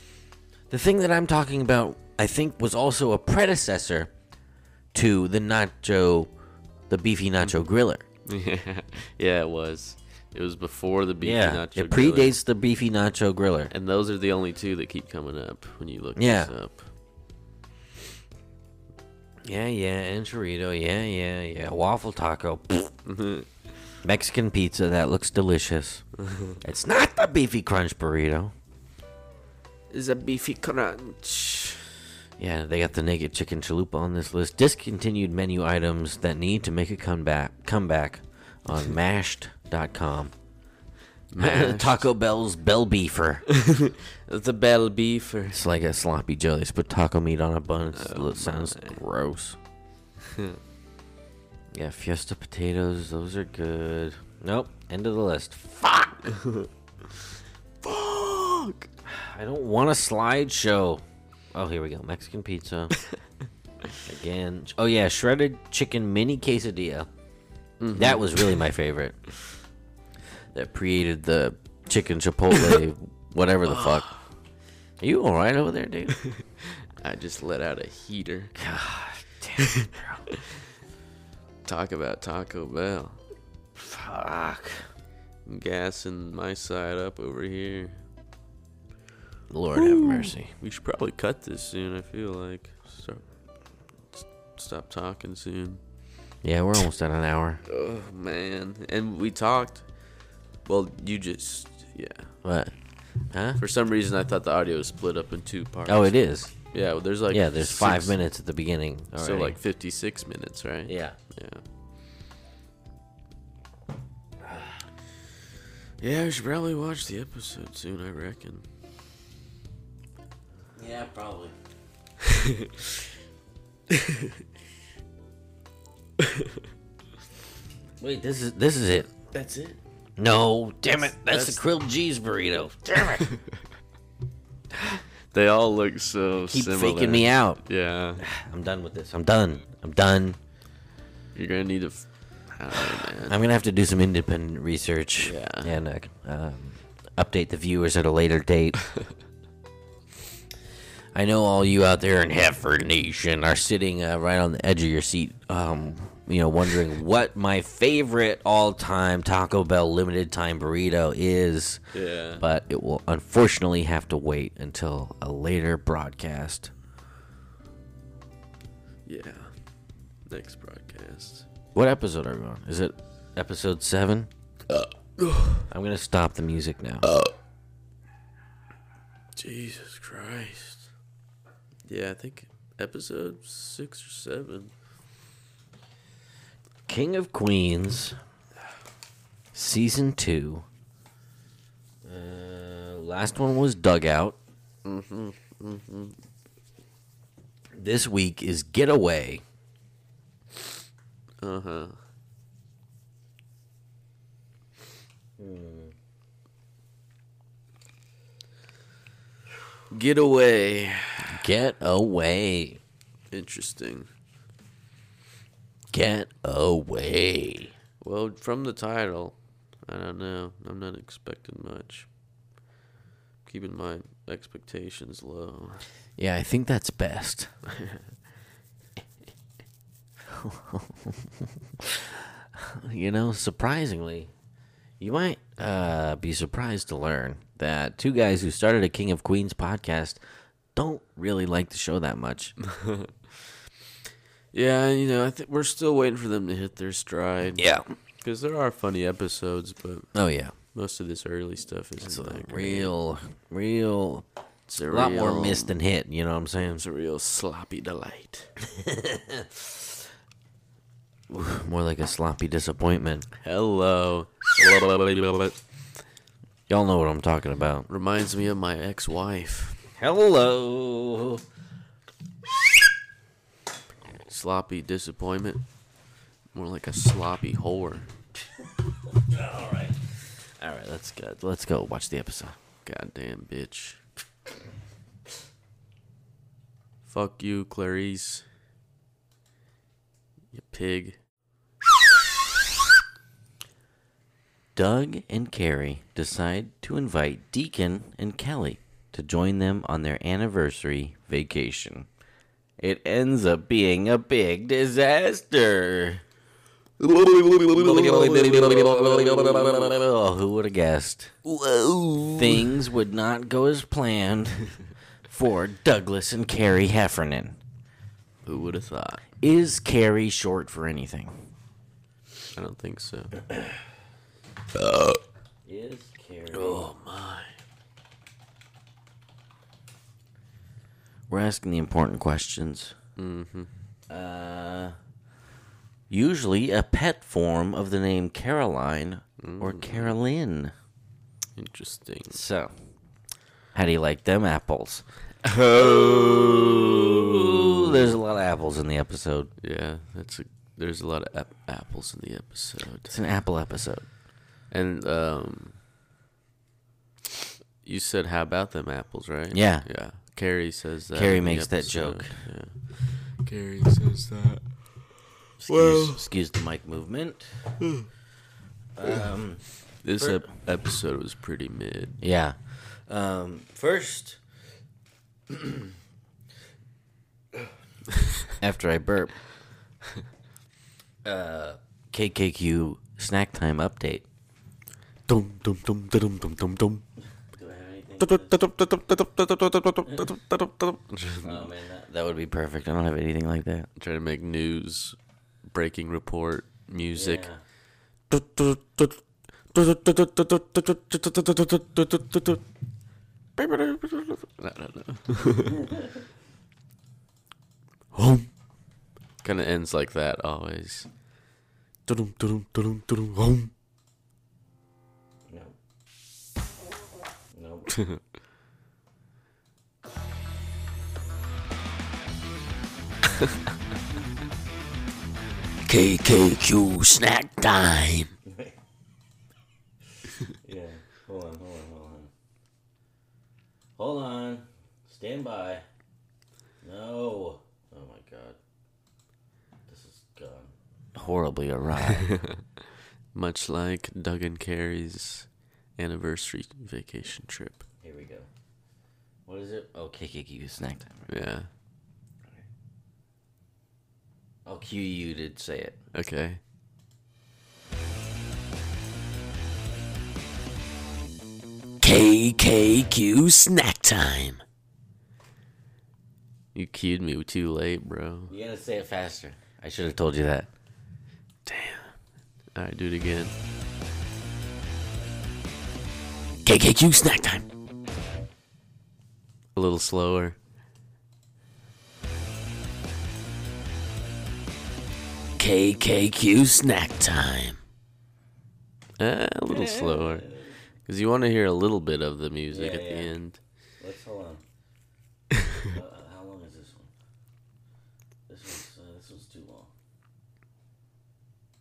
B: The thing that I'm talking about, I think, was also a predecessor to the nacho, the beefy nacho griller.
A: Yeah. Yeah. It was. It was before the beefy
B: Yeah,
A: nacho.
B: it
A: griller.
B: predates the beefy nacho griller.
A: And those are the only two that keep coming up when you look
B: Yeah.
A: this up.
B: Yeah, yeah, and chorizo. Yeah, yeah, yeah. Waffle taco. Mm-hmm. Mexican pizza. That looks delicious. it's not the beefy crunch burrito.
D: It's a beefy crunch.
B: Yeah, they got the naked chicken chalupa on this list. Discontinued menu items that need to make a comeback. Comeback on mashed.com. Taco Bell's Bell Beefer.
A: The bell beefer.
B: it's like a sloppy jelly. Just put taco meat on a bun. It's, it sounds gross. yeah, Fiesta potatoes. Those are good. Nope. End of the list. Fuck.
A: Fuck.
B: I don't want a slideshow. Oh, here we go. Mexican pizza. Again. Oh, yeah. Shredded chicken mini quesadilla. That was really my favorite. That created the chicken chipotle, whatever the fuck. Are you alright over there, dude?
A: I just let out a heater.
B: God damn it, bro.
A: Talk about Taco Bell.
B: Fuck.
A: I'm gassing my side up over here.
B: Lord have mercy.
A: We should probably cut this soon. I feel like stop, s- stop talking soon.
B: Yeah, we're almost at an hour.
A: Oh man! And we talked. Well, you just yeah.
B: What? Huh?
A: For some reason, I thought the audio was split up in two parts.
B: Oh, it is.
A: Yeah, well, there's like
B: Yeah, there's five
A: six-
B: minutes at the beginning. Already.
A: So like 56 minutes, right?
B: yeah.
A: Yeah. Yeah, we should probably watch the episode soon. I reckon.
B: Yeah, probably. Wait, this is this is it.
A: That's it.
B: No, damn it, that's,
A: that's-
B: the grilled cheese burrito. Damn it,
A: They all look so
B: keep
A: similar.
B: faking me out.
A: Yeah.
B: I'm done with this. I'm done. I'm done.
A: You're gonna need to. F- I don't know, man.
B: I'm gonna have to do some independent research
A: Yeah.
B: and uh, um, update the viewers at a later date. I know all you out there in Heifer Nation are sitting uh, right on the edge of your seat, um, you know, wondering what my favorite all-time Taco Bell limited time burrito is.
A: Yeah.
B: But it will unfortunately have to wait until a later broadcast.
A: Yeah. Next broadcast.
B: What episode are we on? Is it episode seven? I'm gonna stop the music now.
A: Jesus Christ. Yeah, I think episode six or seven.
B: King of Queens, season two. Uh, last one was Dugout. Mm-hmm, This week is Getaway.
A: Uh huh. Get away.
B: Get away.
A: Interesting.
B: Get away.
A: Well, from the title, I don't know. I'm not expecting much. Keeping my expectations low.
B: Yeah, I think that's best. you know, surprisingly, you might uh, be surprised to learn that two guys who started a King of Queens podcast don't really like the show that much.
A: Yeah, you know, I think we're still waiting for them to hit their stride.
B: Yeah.
A: Because there are funny episodes, but
B: Oh yeah.
A: most of this early stuff isn't that great.
B: Real, real,
A: It's a
B: a lot more
A: real-
B: missed than hit. You know what I'm saying?
A: It's a real sloppy delight.
B: More like a sloppy disappointment.
A: Hello.
B: Y'all know what I'm talking about.
A: Reminds me of my ex-wife.
B: Hello.
A: Sloppy disappointment. More like a sloppy whore.
B: All right, let's go. Let's go watch the episode.
A: Goddamn bitch. Fuck you, Clarice. You pig.
B: Doug and Carrie decide to invite Deacon and Kelly to join them on their anniversary vacation. It ends up being a big disaster. Oh, who would have guessed? Things would not go as planned for Douglas and Carrie Heffernan.
A: Who would have thought?
B: Is Carrie short for anything?
A: I don't think so.
B: Is Carrie.
A: Oh my.
B: We're asking the important questions. Mm-hmm. Uh, usually a pet form of the name Caroline or Carolyn.
A: Interesting.
B: Mm. So, how do you like them apples? Ooh, there's a lot of apples in the episode.
A: Yeah, that's a. There's a lot of ap- apples in the episode,
B: It's an apple episode.
A: and um. You said, "How about them apples?" Right?
B: Yeah.
A: Yeah. Carrie says that.
B: Carrie
A: in the
B: makes that
A: episode,
B: joke.
A: Yeah. Carrie says that.
B: Excuse, excuse the mic movement.
A: This ep- episode was pretty mid.
B: Yeah. Um, first, after I burp, uh, KKQ snack time update.
D: Dum dum dum dum dum dum dum.
B: Do I have anything?
D: Dum-dum-dum-dum-dum-dum-dum-dum-dum-dum-dum-dum.
B: Oh man, that, that would be perfect. I don't have anything like that.
A: Trying to make news, breaking report, music.
B: Yeah.
A: I don't know. Kind of ends like that always.
D: Dum-dum-dum-dum-dum-dum.
B: No. Nope.
D: KKQ snack time.
B: yeah. Hold on. Hold on. Hold on. Hold on. Stand by. No. Oh my god. This is gone. Horribly awry.
A: Much like Doug and Carrie's anniversary vacation trip.
B: Here we go. What is it? Oh, KKQ snack time. right?
A: Yeah.
B: Oh, QU did say it.
A: Okay.
D: KKQ snack time.
A: You cued me too late, bro.
B: You gotta say it faster. I should have told you that.
A: Damn. All right, do it again.
D: KKQ snack time.
A: A little slower.
D: KKQ snack time.
A: Eh, a little slower. Because you want to hear a little bit of the music
B: Yeah,
A: at the
B: yeah.
A: end.
B: Let's hold on. uh, how long is this one? This one's, uh, this one's too long.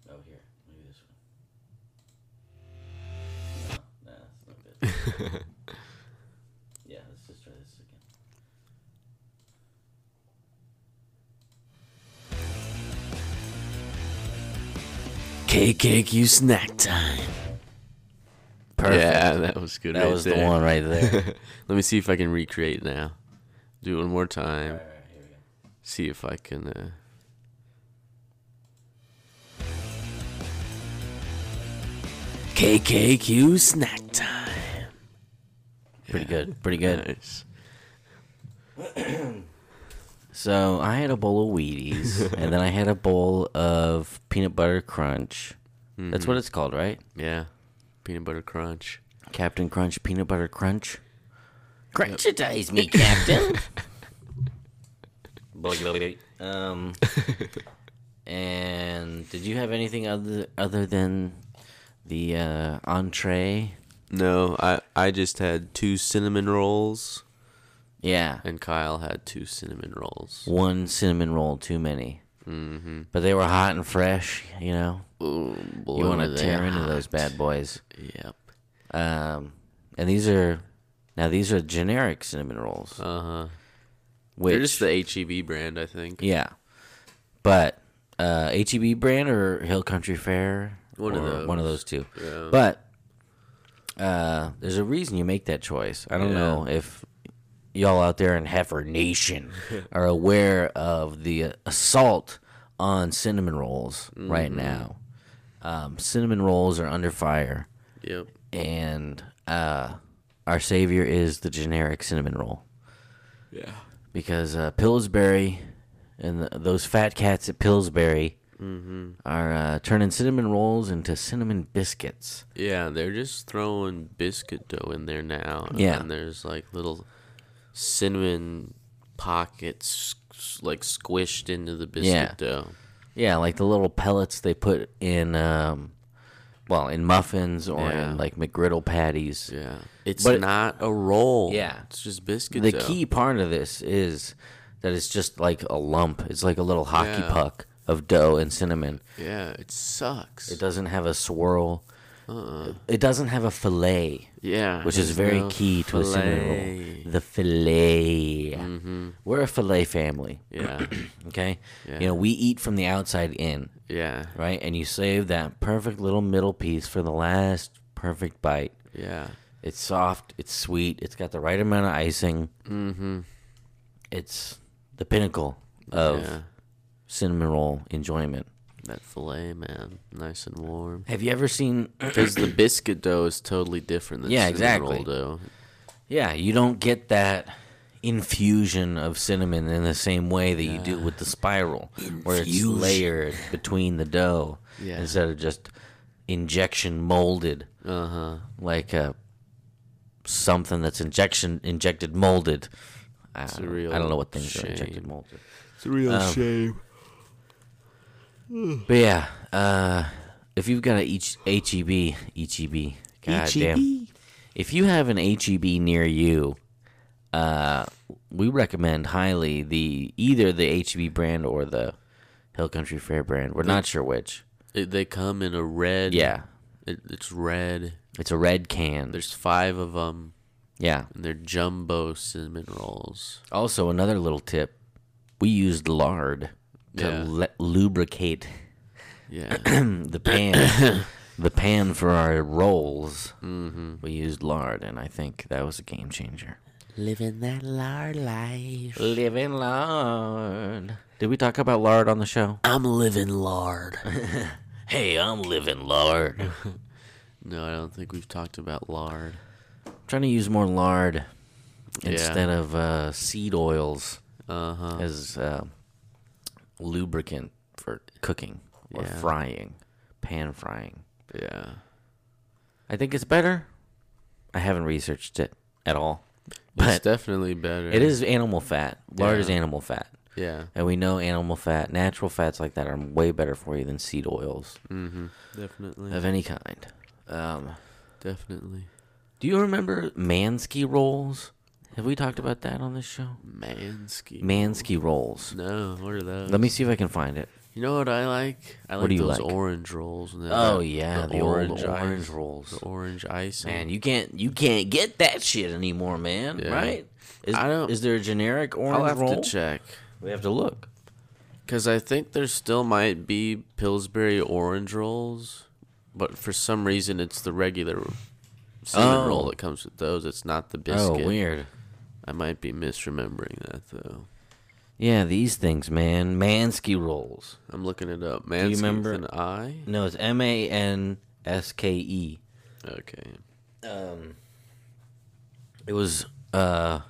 B: Oh, here. Maybe this one. No, nah, that's not good. yeah, let's just try this again.
D: KKQ snack time.
A: Yeah, that was good.
B: That
A: right
B: was the
A: there.
B: one right there.
A: Let me see if I can recreate now. Do it one more time. See if I can. Uh...
D: KKQ snack time.
B: Pretty good. Pretty good.
A: Nice.
B: So I had a bowl of Wheaties, and then I had a bowl of peanut butter crunch. That's
A: Mm-hmm.
B: what it's called, right?
A: Yeah. Peanut butter crunch.
B: Captain Crunch peanut butter crunch. Crunchitize me, Captain. um, And did you have anything other other than the uh, entree?
A: No, I I just had two cinnamon rolls,
B: Yeah,
A: and Kyle had two cinnamon rolls.
B: one cinnamon roll too many. Mm-hmm. But they were hot and fresh. You know,
A: Oh, boy,
B: you want
A: were
B: to
A: they
B: tear into
A: hot.
B: those bad boys.
A: Yep.
B: Um, and these are now these are generic cinnamon rolls.
A: Uh huh.
B: Which
A: They're just the HEB brand, I think.
B: yeah, but uh, HEB brand or Hill Country Fair,
A: One of
B: or one of
A: those.
B: those two.
A: Yeah.
B: But uh, there's a reason you make that choice. I don't
A: Yeah.
B: know if y'all out there in Heifer Nation are aware of the assault on cinnamon rolls right
A: Mm-hmm.
B: now. Um, cinnamon rolls are under fire,
A: Yep.
B: and uh, our savior is the generic cinnamon roll
A: Yeah.
B: because uh, Pillsbury and th those fat cats at Pillsbury
A: Mm-hmm.
B: are uh, turning cinnamon rolls into cinnamon biscuits.
A: Yeah, they're just throwing biscuit dough in there now.
B: Yeah.
A: And there's like little cinnamon pockets s- like squished into the biscuit
B: Yeah.
A: dough.
B: Yeah, like the little pellets they put in, um, well, in muffins or
A: Yeah.
B: in like McGriddle patties.
A: Yeah. It's
B: But-
A: not a roll.
B: Yeah.
A: It's just biscuit
B: the
A: dough.
B: key part of this is that it's just like a lump. It's like a little hockey
A: Yeah.
B: puck of dough and cinnamon.
A: Yeah, it sucks.
B: It doesn't have a swirl.
A: Uh-uh.
B: It doesn't have a fillet,
A: yeah.
B: which is
A: there's
B: very
A: no
B: key to a cinnamon
A: fillet.
B: roll. The fillet. We're a fillet family,
A: Yeah.
B: okay?
A: Yeah.
B: You know, we eat from the outside in.
A: yeah.
B: right? And you save that perfect little middle piece for the last perfect bite.
A: Yeah.
B: It's soft, it's sweet, it's got the right amount of icing. Mm-hmm. It's the pinnacle of
A: Yeah.
B: cinnamon roll enjoyment.
A: That filet, man. Nice and warm.
B: Have you ever seen?
A: Because the biscuit dough is totally different than
B: Yeah,
A: cinnamon roll
B: exactly.
A: dough.
B: yeah, you don't get that infusion of cinnamon in the same way that you do with the spiral, where it's layered between the dough
A: Yeah.
B: instead of just injection molded.
A: Uh huh.
B: like a something that's injection injected molded. I,
A: a
B: don't-
A: real
B: I don't know what things are
A: shame.
B: injected molded.
A: It's a real shame.
B: But yeah, uh, if you've got a H- E HEB, HEB, God
A: E
B: damn. If you have an HEB near you, uh, we recommend highly the either the HEB brand or the Hill Country Fair brand. We're not sure which.
A: It, they come in a red.
B: Yeah,
A: It, it's red.
B: it's a red can.
A: There's five of them,
B: yeah.
A: and they're jumbo cinnamon rolls.
B: Also, another little tip: we used lard to
A: Yeah.
B: le- lubricate
A: Yeah.
B: the pan, the pan for our rolls. Mm-hmm. We used lard, and I think that was a game changer.
A: Living that lard life.
B: Living lard. Did we talk about lard on the show?
A: I'm living lard.
B: Hey, I'm living lard. I'm
A: no, I don't think we've talked about lard.
B: trying to use more lard
A: Yeah.
B: instead of uh, seed oils
A: Uh huh.
B: as uh, lubricant for cooking or
A: Yeah.
B: frying, pan frying.
A: Yeah.
B: I think it's better. I haven't researched it at all.
A: it's
B: But
A: definitely better.
B: it is animal fat. Lard is
A: Yeah.
B: animal fat.
A: Yeah.
B: And we know animal fat, natural fats like that are way better for you than seed oils
A: Mm-hmm. Definitely.
B: of any kind. Um,
A: Definitely.
B: do you remember Mansky rolls? Have we talked about that on this show?
A: Mansky.
B: Mansky rolls.
A: no, what are those?
B: Let me see if I can find it.
A: You know what I like? I like
B: do you
A: those
B: like?
A: orange rolls. and they
B: Oh
A: have
B: yeah, the, old
A: ice-
B: orange rolls.
A: The orange icing.
B: Man, you can't you can't get that shit anymore, man.
A: Yeah.
B: Right? Is,
A: I don't-
B: is there a generic orange
A: I'll have
B: roll?
A: to check
B: We have to look.
A: because I think there still might be Pillsbury orange rolls, but for some reason it's the regular cinnamon
B: Oh.
A: roll that comes with those. It's not the biscuit.
B: Oh, weird.
A: I might be misremembering that though.
B: Yeah, these things, man. Mansky rolls.
A: I'm looking it up. Man, you
B: remember-
A: remember an I?
B: No, it's M A N S K E.
A: Okay.
B: It was. uh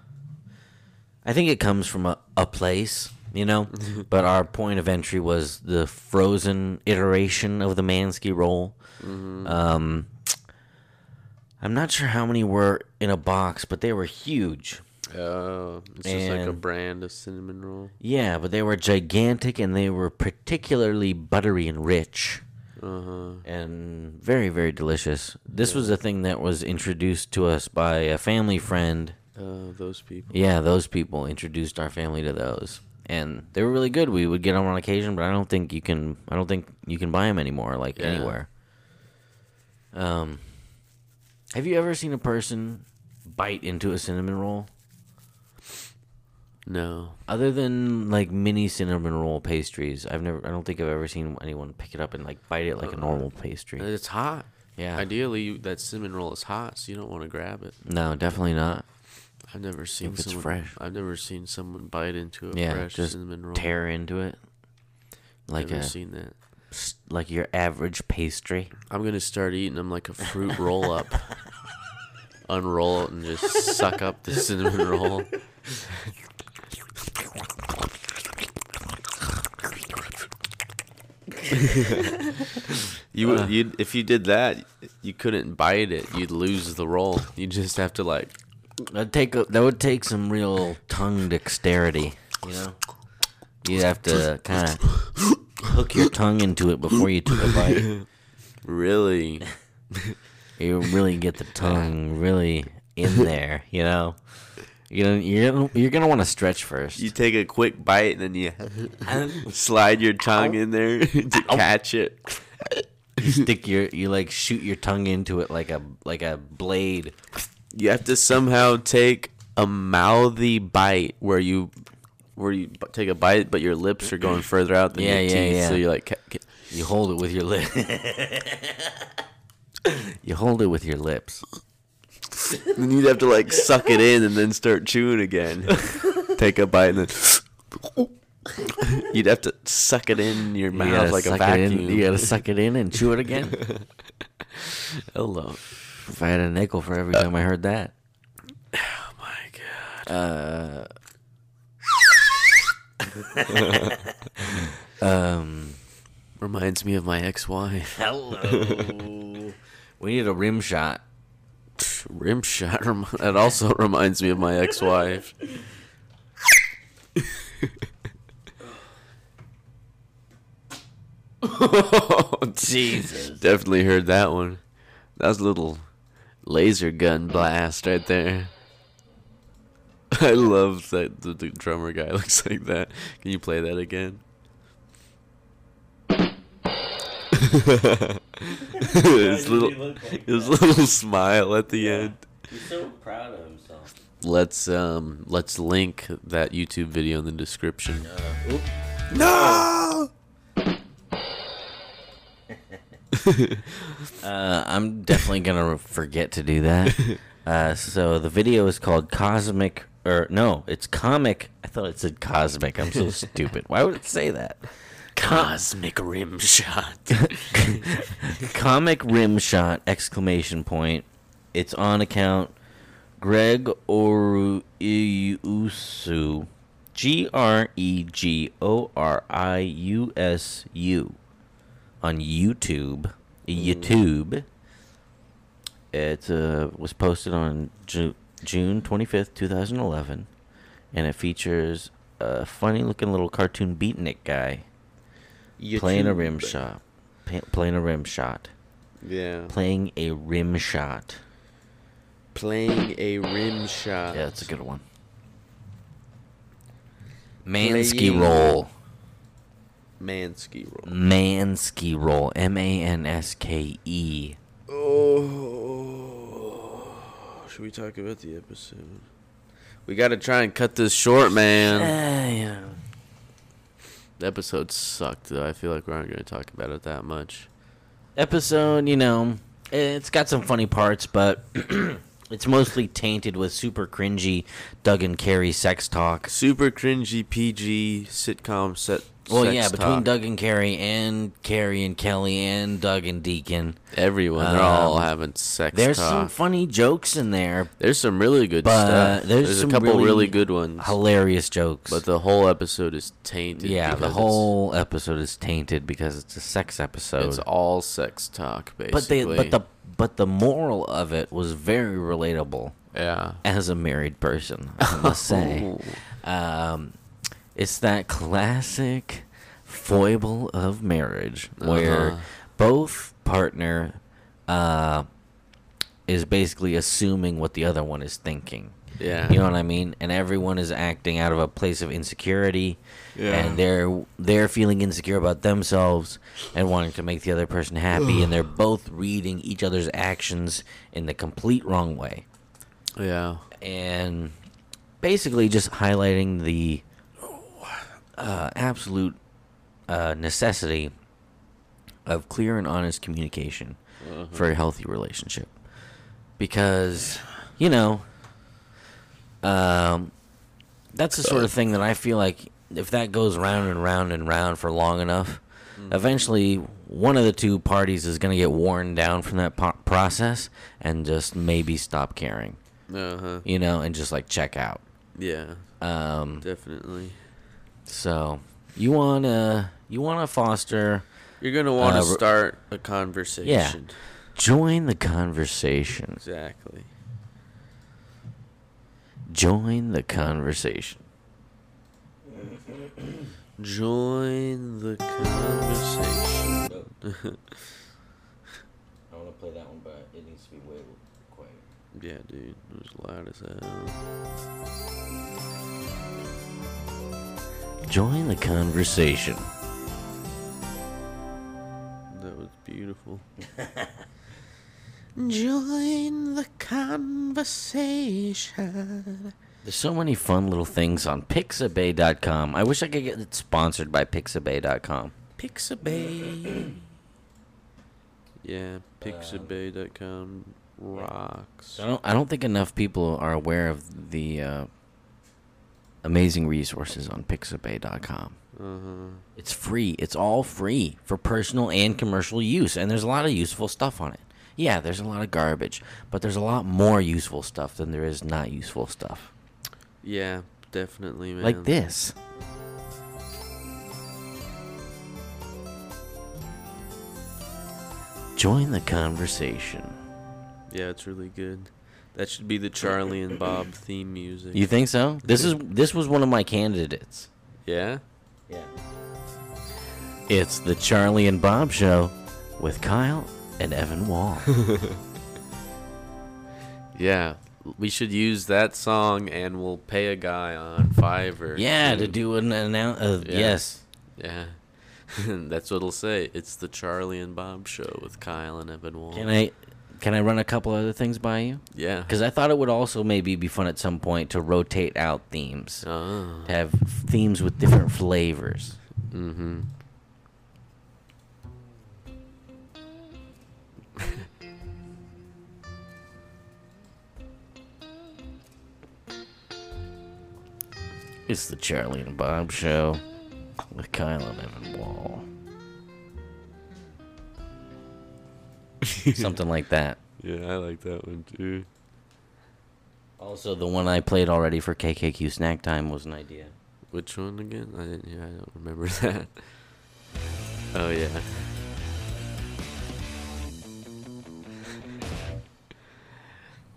B: I think it comes from a, a place, you know. but our point of entry was the frozen iteration of the Mansky roll. Um, I'm not sure how many were in a box, but they were huge.
A: Oh, it's just like a
B: And-
A: brand of cinnamon roll.
B: Yeah, but they were gigantic and they were particularly buttery and rich
A: Uh
B: and very, very delicious. This was a thing that was introduced to us by a family friend.
A: huh. Oh, those people.
B: Yeah, those people introduced our family to those. And they were really good. We would get them on occasion, but I don't think you can. I don't think you can buy them anymore, like
A: Yeah.
B: anywhere. Um, have you ever seen a person bite into a cinnamon roll?
A: No.
B: other than like mini cinnamon roll pastries, I've never, I don't think I've ever seen anyone pick it up and like bite it like a normal
A: Uh, And
B: pastry.
A: It's hot.
B: Yeah.
A: Ideally, you, that cinnamon roll is hot, so you don't want to grab it.
B: No, definitely not.
A: I've never seen
B: it's
A: someone,
B: fresh.
A: I've never seen someone bite into a
B: Yeah,
A: fresh
B: just
A: cinnamon roll.
B: tear into it like
A: never
B: a
A: seen that.
B: like your average pastry.
A: I'm gonna start eating them like a fruit roll up. Unroll it and just suck up the cinnamon roll. you
B: Uh.
A: would you if you did that, you couldn't bite it. You'd lose the roll. You just have to like
B: That take a, that would take some real tongue dexterity, you know. You'd have to kind of hook your tongue into it before you took a bite.
A: really.
B: You really get the tongue really in there, you know. You know, you're gonna, you're gonna want to stretch first.
A: You take a quick bite and then you slide your tongue in there to catch it.
B: stick your you like shoot your tongue into it like a like a blade.
A: you have to somehow take a mouthy bite where you where you b- take a bite but your lips are going further out than
B: Yeah,
A: your
B: yeah,
A: teeth so
B: yeah.
A: you're like ca- ca-
B: You hold it with your lip. you hold it with your lips.
A: then you'd have to like suck it in and then start chewing again take a bite and then you'd have to suck it in your
B: You
A: mouth
B: gotta
A: like a
B: suck it in-
A: vacuum
B: You gotta suck it in and chew it again.
A: hello
B: if I had a nickel for every time I heard that.
A: my god
B: Um,
A: reminds me of my ex-wife
B: hello. we need a rim shot.
A: rim shot rem- that also reminds me of my ex-wife
B: Jesus.
A: Definitely heard that one. That was a little laser gun blast right there. I love that the, the drummer guy looks like that. Can you play that again? his little, his little smile at the end.
B: He's so proud of himself.
A: Let's um, let's link that YouTube video in the description.
B: Uh, I'm definitely gonna forget to do that. Uh, so the video is called Cosmic, or no, it's Comic. I thought it said Cosmic. I'm so stupid. Why would it say that?
A: Cosmic rim shot.
B: Comic rim shot! Exclamation point. It's on account Greg Oruiusu, G R E G O R I U S U, on YouTube. YouTube. It uh, was posted on Ju- June 25th, 2011, and it features a funny looking little cartoon beatnik guy playing a rim shot. Pa- playing a rim shot.
A: Yeah.
B: Playing a rim shot.
A: Playing a rim shot.
B: Yeah, that's a good one. Mansky
A: Playing-
B: roll.
A: Mansky
B: Mm.
A: roll.
B: Mansky roll. M A N S K E.
A: Oh. Should we talk about the episode? We gotta try and cut this short,
B: Uh,
A: man. The episode sucked, though. I feel like we aren't gonna talk about it that much.
B: Episode, you know, it's got some funny parts, but it's mostly tainted with super cringy Doug and Carrie sex talk.
A: Super cringy PG sitcom set.
B: Well,
A: sex
B: yeah, between
A: talk.
B: Doug and Carrie and Carrie and Kelly and Doug and Deacon.
A: everyone, they're all
B: Um,
A: having sex
B: There's some
A: talk.
B: funny jokes in there,
A: there's some really good
B: but
A: stuff.
B: there's,
A: There's, a
B: some
A: couple really, good ones,
B: hilarious jokes.
A: but the whole episode is tainted.
B: yeah, the
A: because it's-
B: whole episode is tainted because it's a sex episode.
A: It's all sex talk, basically.
B: but they, but the, but the moral of it was very relatable.
A: Yeah.
B: as a married person, I must say. Um, it's that classic foible of marriage
A: Uh-huh.
B: where both partner uh, is basically assuming what the other one is thinking.
A: Yeah.
B: You know what I mean? And everyone is acting out of a place of insecurity,
A: Yeah.
B: and they're they're feeling insecure about themselves and wanting to make the other person happy, and they're both reading each other's actions in the complete wrong way
A: Yeah.
B: and basically just highlighting the uh, absolute uh, necessity of clear and honest communication for a healthy relationship. Because, you know, um, that's the sort of thing that I feel like if that goes round and round and round for long enough, eventually one of the two parties is going to get worn down from that po- process and just maybe stop caring
A: Uh huh.
B: you know, and just like check out.
A: Yeah.
B: Um,
A: Definitely.
B: so you wanna you wanna foster
A: You're gonna want to
B: Uh, re-
A: start a conversation.
B: join the conversation.
A: Exactly.
B: Join the conversation.
A: Join the conversation.
B: I wanna play that one, but it needs to be way quiet.
A: Yeah, dude. It was loud as hell.
B: Join the conversation.
A: That was beautiful. Join the conversation.
B: There's so many fun little things on pixabay.com. I wish I could get it sponsored by pixabay.com.
A: Pixabay. Yeah, pixabay.com rocks.
B: I don't I don't think enough people are aware of the uh, amazing resources on pixabay.com.
A: Uh-huh.
B: It's free. It's all free for personal and commercial use, and there's a lot of useful stuff on it. Yeah, there's a lot of garbage, but there's a lot more useful stuff than there is not useful stuff.
A: Yeah, definitely, man.
B: Like this. Join the conversation.
A: Yeah, it's really good. That should be the Charlie and Bob theme music.
B: You think so? This is this was one of my candidates.
A: yeah?
B: Yeah. It's the Charlie and Bob show with Kyle and Evan Wall.
A: Yeah. We should use that song and we'll pay a guy on Fiverr.
B: yeah, to do an announce. Uh,
A: Yeah.
B: Yes.
A: Yeah. That's what it'll say. It's the Charlie and Bob show with Kyle and Evan Wall.
B: Can I can I run a couple other things by you?
A: Yeah.
B: Because I thought it would also maybe be fun at some point to rotate out themes,
A: Oh.
B: to have themes with different flavors.
A: Mm-hmm.
B: It's the Charlie and Bob show with Kyle and Evan Wall. Something like that.
A: Yeah, I like that one too.
B: Also, the one I played already for KKQ Snack Time was an idea.
A: Which one again? I didn't. Yeah, I don't remember that. Oh yeah.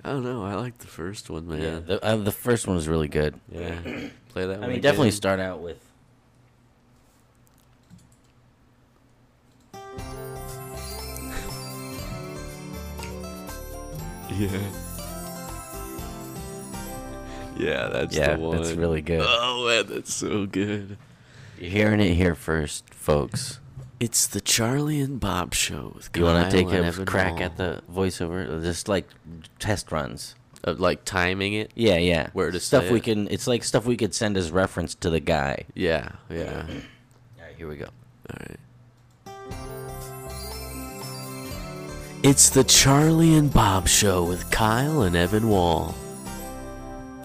A: I don't know. I like the first one,
B: Yeah,
A: man.
B: the, uh, the first one was really good.
A: Yeah. Play that one.
B: I mean,
A: again.
B: definitely start out with.
A: Yeah. Yeah, that's
B: yeah,
A: the one.
B: that's really good.
A: Oh man, that's so good.
B: You're hearing it here first, folks.
A: It's the Charlie and Bob show with
B: You want
A: Kyle
B: to take
A: and
B: a
A: Evan
B: crack
A: Wall.
B: at the voiceover, just like test runs.
A: of like timing it.
B: Yeah, yeah.
A: Where to
B: stuff
A: say
B: we
A: it.
B: can? It's like stuff we could send as reference to the guy.
A: Yeah, yeah.
B: All right, here we go.
A: All right.
D: It's the Charlie and Bob show with Kyle and Evan Wall.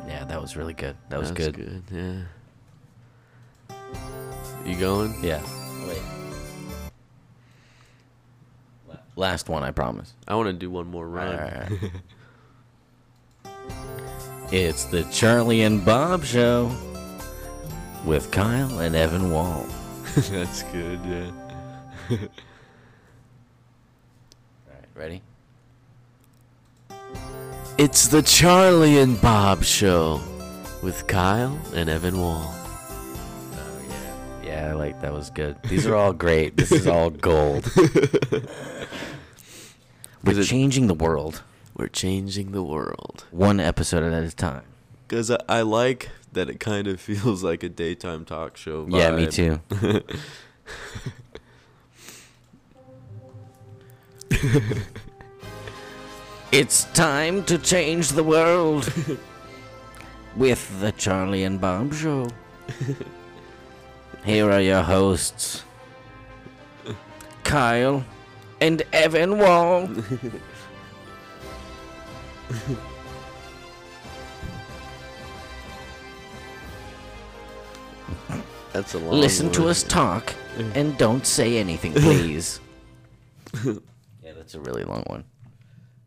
B: Yeah, that was really good. That was
A: That's
B: good.
A: good. Yeah. You going?
B: Yeah. Wait. La- Last one, I promise.
A: I want to do one more run.
B: it's the Charlie and Bob show with Kyle and Evan Wall.
A: That's good. Yeah.
B: All right, ready?
A: It's the Charlie and Bob Show with Kyle and Evan Wall.
B: Oh, Yeah, like that was good. These are all great. This is all gold. We're
A: it-
B: changing the world
A: We're changing the world.
B: one episode at a time.
A: Because I, I like that it kind of feels like a daytime talk show.
B: Yeah, me
A: vibe.
B: too. it's time to change the world with the Charlie and Bob Show. Here are your hosts, Kyle and Evan Wall.
A: That's a long
B: Listen to
A: one.
B: us talk and don't say anything, please. yeah, that's a really long one.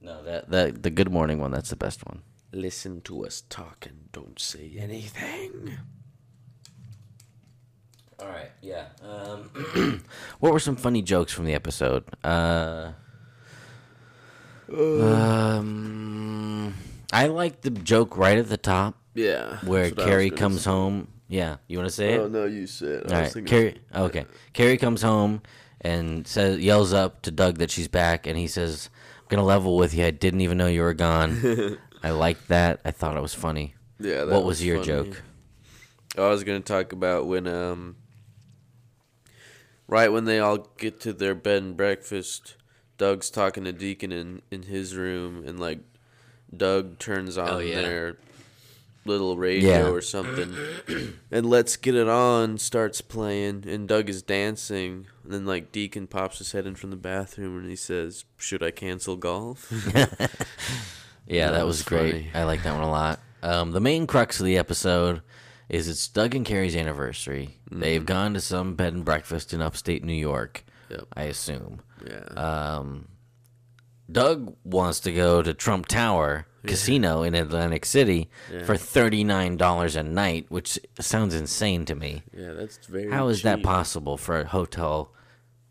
B: No, that, that the good morning one, that's the best one.
A: Listen to us talk and don't say anything.
B: All right, yeah. Um, what were some funny jokes from the episode? Uh,
A: Uh,
B: um, I like the joke right at the top
A: Yeah.
B: where
A: that's what I was
B: Carrie
A: gonna
B: comes
A: say.
B: home. Yeah, you want to say it?
A: Oh, no, you said.
B: All right, Carrie. Okay, Carrie comes home and says, yells up to Doug that she's back, and he says, "I'm gonna level with you. I didn't even know you were gone. I liked that. I thought it was funny.
A: Yeah. that
B: what was, your
A: funny.
B: joke?
A: I was gonna talk about when um right when they all get to their bed and breakfast, Doug's talking to Deacon in, in his room and like Doug turns on
B: Oh, yeah.
A: their little radio
B: Yeah.
A: or something and Let's Get It On starts playing and Doug is dancing and then like Deacon pops his head in from the bathroom and he says, Should I cancel golf?
B: Yeah, that,
A: that
B: was,
A: was
B: great.
A: funny.
B: I like that one a lot. Um, the main crux of the episode is it's Doug and Carrie's anniversary.
A: Mm-hmm.
B: They've gone to some bed and breakfast in upstate New York.
A: Yep.
B: I assume.
A: yeah.
B: Uh, Doug wants to go to Trump Tower Casino in Atlantic City for $39 a night, which sounds insane to me.
A: yeah, that's very
B: How is that
A: cheap.
B: possible for a hotel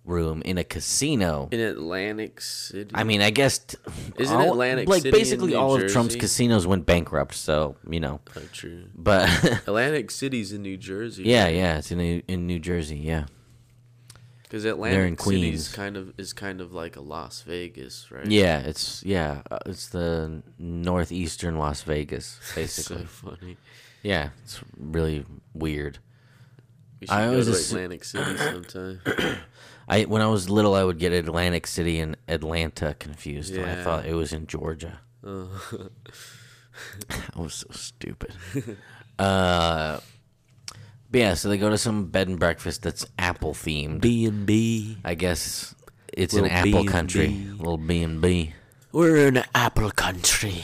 B: room in a casino?
A: in Atlantic City?
B: I mean, I guess t-
A: Isn't Atlantic
B: like
A: City in
B: basically
A: New
B: all of Trump's
A: Jersey?
B: casinos went bankrupt, so, you know.
A: Oh, true.
B: But
A: Atlantic City's in New Jersey.
B: yeah, yeah, it's in New, in New Jersey, yeah.
A: because Atlantic City's
B: Queens.
A: kind of is kind of like a Las Vegas, right?
B: Yeah, it's yeah, uh, it's the northeastern Las Vegas
A: so
B: basically.
A: funny.
B: yeah, it's really weird.
A: We should
B: I always
A: go to
B: assu-
A: Atlantic City sometime.
B: I when I was little, I would get Atlantic City and Atlanta confused. and I
A: Yeah. Uh.
B: thought it was in Georgia. I was so stupid. uh, but yeah, so they go to some bed and breakfast that's Apple themed.
A: B and B.
B: I guess it's an
A: Little
B: Apple
A: B&B.
B: country, little B and B.
D: We're in Apple Country.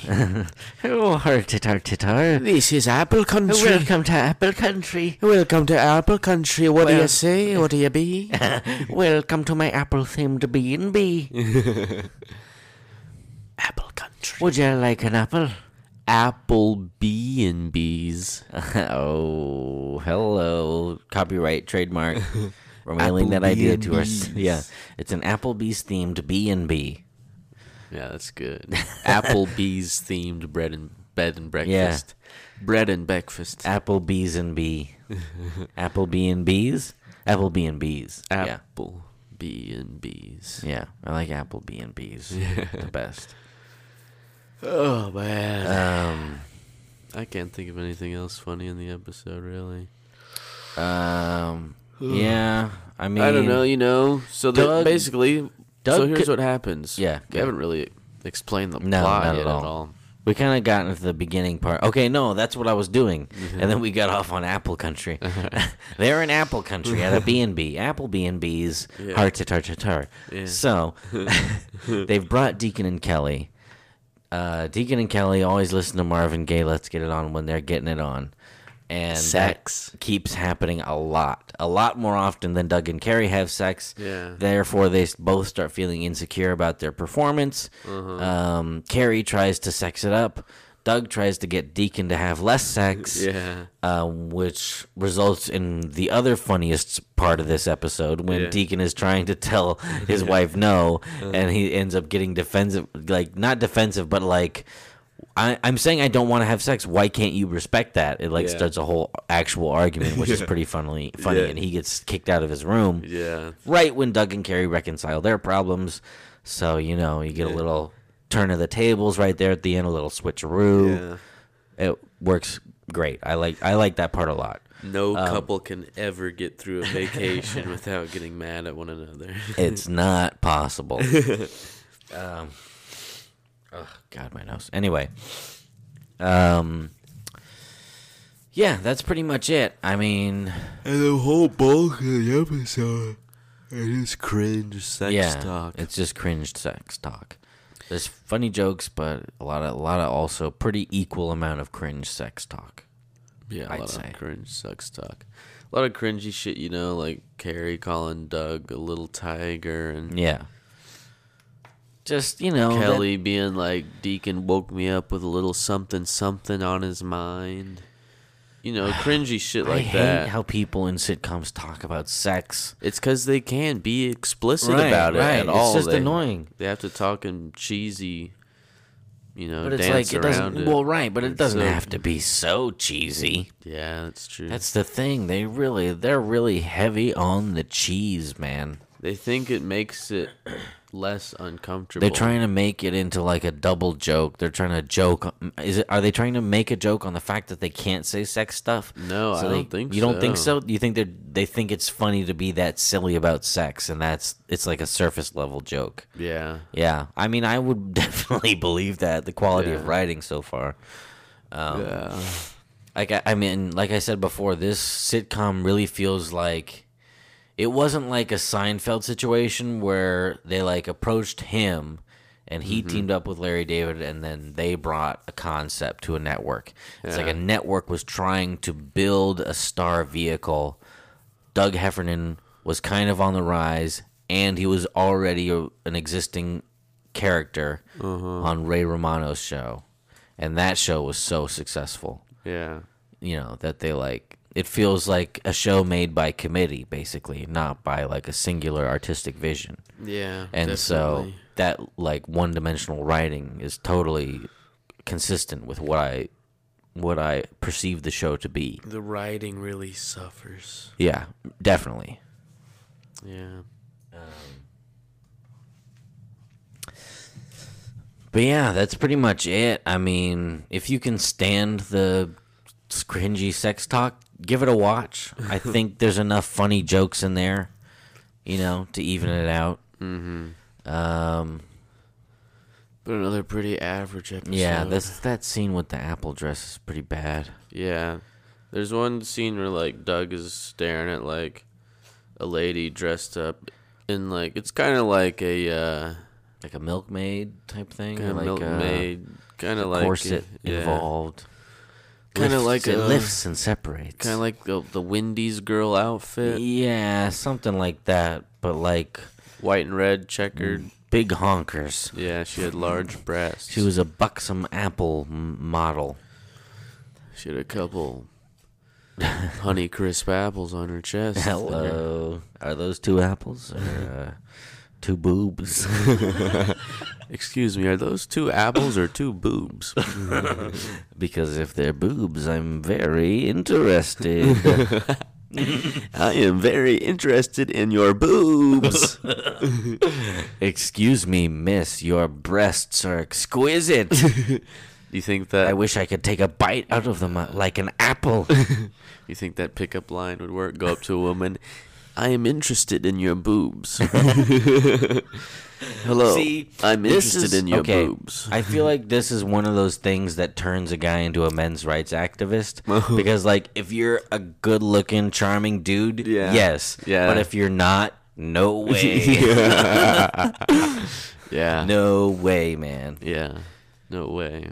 B: Oh, titar titar.
D: this is Apple Country.
B: Welcome to Apple Country.
D: Welcome to Apple Country. What do
B: Well-
D: you say? What do you be?
B: Welcome to my Apple themed B and B.
D: Apple Country.
B: Would you like an apple?
A: Apple B and B's.
B: oh, hello. Copyright, trademark. We're mailing that idea to us. Yeah, it's an Applebee's themed B and B.
A: Yeah, that's good. Apple B's themed bread and bed and breakfast. Bread and breakfast.
B: Applebee's and B. Applebee and B's. Applebee and B's. Yeah,
A: Apple B and B's.
B: yeah. I like Applebee and B's the best.
A: Oh man. Um, I can't think of anything else funny in the episode really.
B: Um, yeah. I mean,
A: I don't know, you know. So the-
B: Doug-
A: basically, so
B: Doug
A: here's
B: could-
A: what happens.
B: Yeah,
A: we
B: go.
A: haven't really explained the
B: No,
A: plot
B: not
A: yet
B: at all.
A: at all.
B: We kind of got into the beginning part. Okay, no, that's what I was doing,
A: Mm-hmm.
B: and then we got off on Apple Country. They're in Apple Country at a B and B, Apple B and B's,
A: Yeah.
B: heart to tar tar. So they've brought Deacon and Kelly. Uh, Deacon and Kelly always listen to Marvin Gaye. Let's get it on when they're getting it on, and
A: Sex.
B: that keeps happening a lot, a lot more often than Doug and Carrie have sex.
A: Yeah.
B: Therefore, they s- both start feeling insecure about their performance.
A: Mm-hmm.
B: Um, Carrie tries to sex it up. Doug tries to get Deacon to have less sex,
A: Yeah.
B: um, which results in the other funniest part of this episode when
A: Yeah. Uh-huh.
B: Deacon is trying to tell his wife no, and he ends up getting defensive, like not defensive, but like. I, I'm saying I don't want to have sex. Why can't you respect that? It like
A: Yeah.
B: starts a whole actual argument, which is pretty funnily funny,
A: Yeah.
B: and he gets kicked out of his room
A: Yeah.
B: right when Doug and Carrie reconcile their problems. So you know you get a little turn of the tables right there at the end, a little switcheroo.
A: Yeah.
B: It works great. I like I like that part a lot.
A: No
B: Um,
A: couple can ever get through a vacation without getting mad at one another.
B: It's not possible. um, oh God, my nose. Anyway, um, yeah, that's pretty much it. I mean,
A: And the whole bulk of the episode is cringe sex
B: yeah,
A: talk.
B: it's just cringed sex talk. There's funny jokes, but a lot of a lot of also pretty equal amount of cringe sex talk.
A: yeah, a
B: I'd
A: lot
B: say.
A: of cringe sex talk. A lot of cringy shit, you know, like Carrie calling Doug a little tiger and
B: Yeah. Just you know, Oh, that-
A: Kelly being like Deacon woke me up with a little something something on his mind. You know, cringy shit
B: I
A: like
B: hate
A: that.
B: how people in sitcoms talk about sex.
A: It's because they can't be explicit
B: Right,
A: about it
B: right.
A: at
B: It's
A: all.
B: just
A: They-
B: annoying.
A: They have to talk in cheesy, you know,
B: But it's
A: dance
B: like it
A: around it.
B: doesn't. Well, right, but it doesn't
A: so-
B: have to be so cheesy.
A: yeah, that's true.
B: That's the thing. They really, they're really heavy on the cheese, man.
A: they think it makes it less uncomfortable.
B: They're trying to make it into like a double joke. They're trying to joke. Is it? Are they trying to make a joke on the fact that they can't say sex stuff?
A: No, I
B: they-
A: don't think
B: You don't think
A: so.
B: so? You think they they think it's funny to be that silly about sex, and that's it's like a surface level joke.
A: Yeah,
B: Yeah, I mean, I would definitely believe that the quality of
A: Yeah.
B: writing so far. Um,
A: yeah,
B: like I, I mean like i said before this sitcom really feels like it wasn't like a seinfeld situation where they like approached him and he teamed up with larry david and then they brought a concept to a network it's like a network was trying to build a star vehicle doug heffernan was kind of on the rise and he was already a, an existing character on ray romano's show and that show was so successful
A: yeah.
B: you know that they like it feels like a show made by committee basically not by like a singular artistic vision
A: Yeah,
B: and so
A: definitely.
B: that like one-dimensional writing is totally consistent with what i what i perceive the show to be
A: the writing really suffers.
B: yeah definitely
A: Yeah,
B: but yeah that's pretty much it i mean if you can stand the cringy sex talk give it a watch i think there's enough funny jokes in there you know to even it out mm-hmm. um
A: but another pretty average episode.
B: Yeah, that's that scene with the apple dress is pretty bad.
A: Yeah. There's one scene where like Doug is staring at like a lady dressed up in like it's kind of like a uh
B: Like a milkmaid type thing,
A: kinda
B: or like
A: milk
B: a
A: maid kind of like
B: corset involved.
A: Kinda
B: Lifts-
A: like
B: it
A: a-
B: lifts and separates.
A: Kind of like the, the Wendy's girl outfit,
B: yeah, something like that, but like
A: white and red checkered.
B: big honkers.
A: Yeah, she had large breasts.
B: Mm. She was a buxom apple m- model.
A: she had a couple honey crisp apples on her chest.
B: Hello, are those two apples or uh, two boobs?
A: Excuse me, are those two apples or two boobs?
B: because if they're boobs, I'm very interested.
A: I am very interested in your boobs.
B: Excuse me, miss, your breasts are exquisite.
A: you think that
B: I wish I could take a bite out of them uh, like an apple.
A: You think that pickup line would work? Go up to a woman. I am interested in your boobs. Hello.
B: See,
A: I'm
B: this
A: interested
B: is-
A: in your
B: okay,
A: boobs.
B: I feel like this is one of those things that turns a guy into a men's rights
A: Oh.
B: activist because, like, if you're a good-looking, charming dude,
A: Yeah.
B: yes,
A: Yeah.
B: But if you're not, no way,
A: Yeah. No.
B: no way, man.
A: Yeah. No way.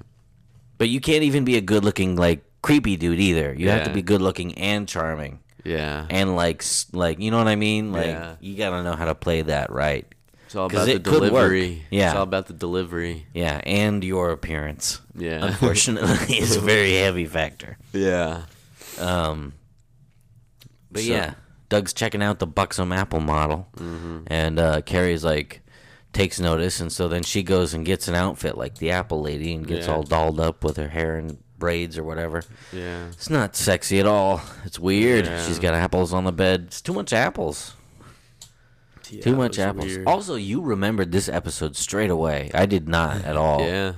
B: But you can't even be a good-looking, like, creepy dude either. You have to
A: Yeah.
B: be good-looking and charming,
A: Yeah.
B: and like, s- like, you know what I mean? Like,
A: Yeah.
B: you gotta know how to play that right.
A: It's all
B: 'Cause
A: about
B: it
A: the
B: could work.
A: delivery.
B: Yeah.
A: It's all about the delivery.
B: Yeah, and your appearance.
A: Yeah.
B: Unfortunately, is a very heavy factor.
A: Yeah.
B: Um, but
A: So- Mm-hmm.
B: yeah, Doug's checking out the buxom apple model, and uh, Carrie's like, takes notice, and so then she goes and gets an outfit like the Apple Lady and gets
A: Yeah.
B: all dolled up with her hair and braids or whatever.
A: Yeah.
B: It's not sexy at all. It's weird.
A: Yeah.
B: She's got apples on the bed. It's too much apples. Too much apples. Also, you remembered this episode straight away. I did not at all.
A: Yeah.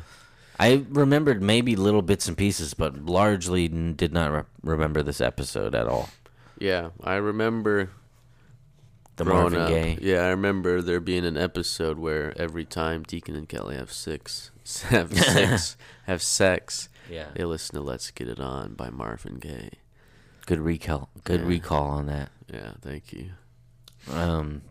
B: I remembered maybe little bits and pieces, but largely n- did not re- remember this episode at all.
A: Yeah. I remember
B: The
A: growing
B: Marvin
A: up.
B: Gaye.
A: Yeah, I remember there being an episode where every time Deacon and Kelly have six, have six, have sex,
B: Yeah.
A: they listen to "Let's Get It On" by Marvin Gaye.
B: Good recall. Good
A: Yeah.
B: recall on that.
A: Yeah, thank you.
B: Um,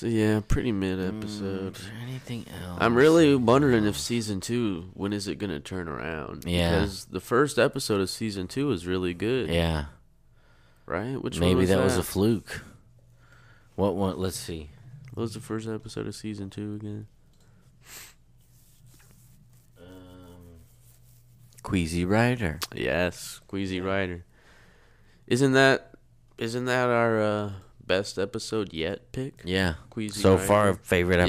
A: So yeah, pretty mid episode.
B: is there Mm, anything else?
A: I'm really wondering if season two, when is it gonna turn around?
B: Yeah.
A: because the first episode of season two is really good.
B: Yeah.
A: right. Which
B: Maybe
A: one was
B: that, was a fluke. What one? Let's see.
A: what was the first episode of season two again?
B: Queasy Rider.
A: Yes, Queasy Rider. Isn't that isn't that our uh, best episode yet pick?
B: Yeah.
A: Queasy
B: so
A: Rider.
B: far, favorite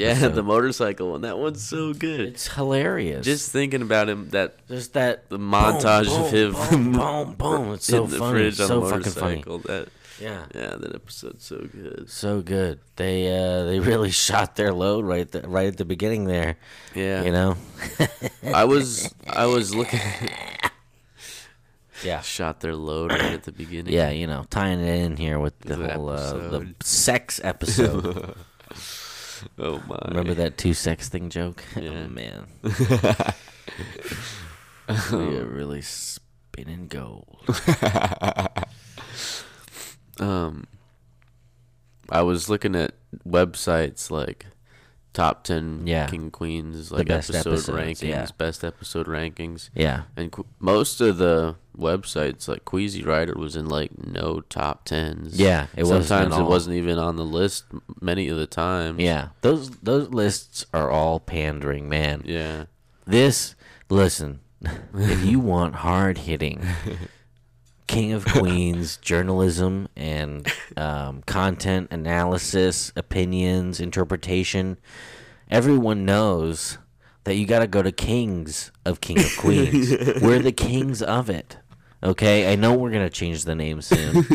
A: Yeah,
B: episode.
A: the motorcycle one. That one's so good.
B: it's hilarious.
A: Just thinking about him that
B: just that
A: the montage
B: boom,
A: of him
B: boom, boom, boom. It's so
A: in the
B: funny.
A: fridge on
B: so
A: the
B: fucking funny.
A: motorcycle. That
B: Yeah.
A: yeah, that episode's so good.
B: So good. They uh they really shot their load right th- right at the beginning there.
A: Yeah,
B: You know.
A: I was I was looking
B: Yeah.
A: shot their load right at the beginning.
B: Yeah, you know, tying it in here with the,
A: The
B: whole uh, the
A: episode.
B: sex episode.
A: Oh my.
B: Remember that two sex thing joke?
A: Yeah.
B: Oh man. we are really spinning gold.
A: um I was looking at websites like top 10
B: Yeah.
A: king queens like
B: best
A: episode
B: episodes,
A: rankings,
B: yeah.
A: best episode rankings.
B: Yeah.
A: And qu- most of the websites like Queasy Rider was in like no top 10s.
B: Yeah, it wasn't at
A: Sometimes it
B: all.
A: wasn't even on the list m- many of the time.
B: Yeah. Those those lists are all pandering, man.
A: Yeah.
B: This, listen, if you want hard hitting King of Queens journalism and um, content analysis, opinions, interpretation, everyone knows that you got to go to Kings of King of Queens. we're the kings of it. Okay, I know we're gonna change the name soon,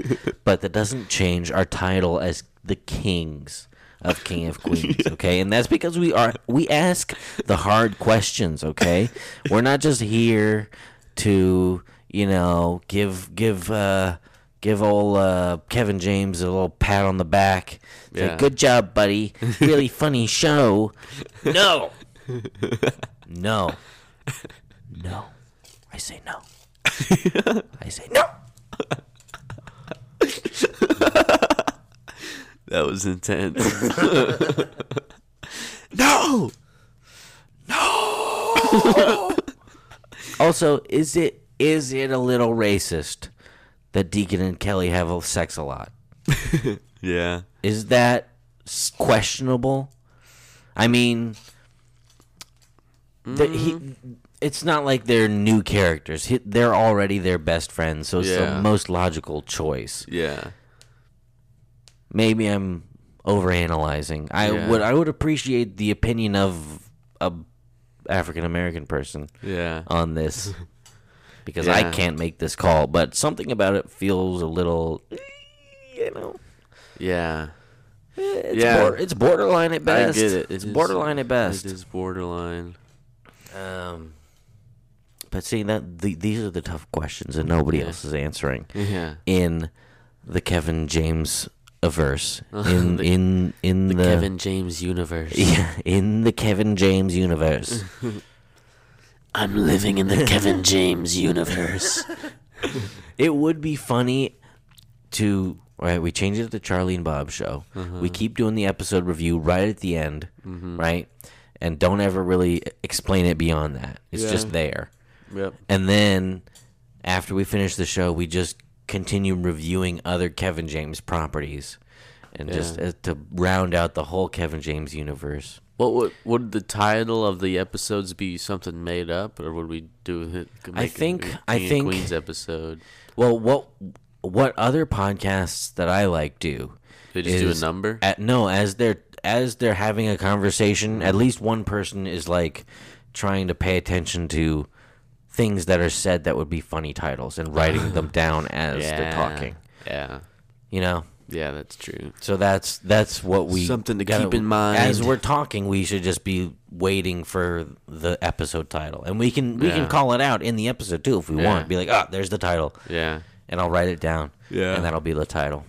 B: but that doesn't change our title as the kings of King of Queens. Okay, and that's because we are we ask the hard questions. Okay, we're not just here to you know give give uh, give old uh, Kevin James a little pat on the back. Say,
A: Yeah.
B: Good job, buddy. Really funny show. No, no, no. I say no. I say no.
A: That was intense. no.
B: Also, is it is it a little racist that Deacon and Kelly have sex a lot?
A: Yeah.
B: Is that s- questionable? I mean, the, he, it's not like they're new characters. He, they're already their best friends, so it's
A: Yeah.
B: the most logical choice.
A: Yeah.
B: Maybe I'm overanalyzing. I
A: Yeah.
B: would I would appreciate the opinion of a African American person.
A: Yeah.
B: on this because
A: Yeah.
B: I can't make this call, but something about it feels a little, you know,
A: yeah.
B: it's,
A: Yeah.
B: bor- it's borderline at
A: I
B: best.
A: get it. It
B: it's
A: is-
B: borderline at best.
A: It is borderline.
B: Um, but see that the, these are the tough questions that nobody else is answering
A: Yeah.
B: in the Kevin James averse in
A: The-
B: in in the,
A: Kevin James universe.
B: yeah, in the Kevin James
A: Mm.
B: universe.
A: I'm living in the Kevin James universe.
B: It would be funny to right. We changed it to Charlie and Bob show.
A: Uh-huh.
B: We keep doing the episode review right at the end,
A: Mm-hmm.
B: right, and don't ever really explain it beyond that. It's
A: Yeah.
B: just there.
A: yep.
B: And then after we finish the show, we just continue reviewing other Kevin James properties, and just
A: Yeah.
B: uh, to round out the whole Kevin James universe.
A: What would would the title of the episodes be? Something made up, or would we do it?
B: I
A: make it a
B: think-
A: King
B: I
A: and
B: think-
A: Queens episode.
B: Well, what what other podcasts that I like do?
A: They just do a
B: is-
A: number?
B: At, no, as their as they're having a conversation, at least one person is like trying to pay attention to things that are said that would be funny titles and writing them down as they're talking.
A: Yeah.
B: You know?
A: Yeah, that's true.
B: So that's that's what we
D: Something to keep in mind.
B: As we're talking, we should just be waiting for the episode title, and we can we
A: Yeah.
B: can call it out in the episode too if we
A: Yeah.
B: want. Be like, ah, there's the title,
A: Yeah.
B: and I'll write it down.
A: Yeah.
B: and that'll be the title.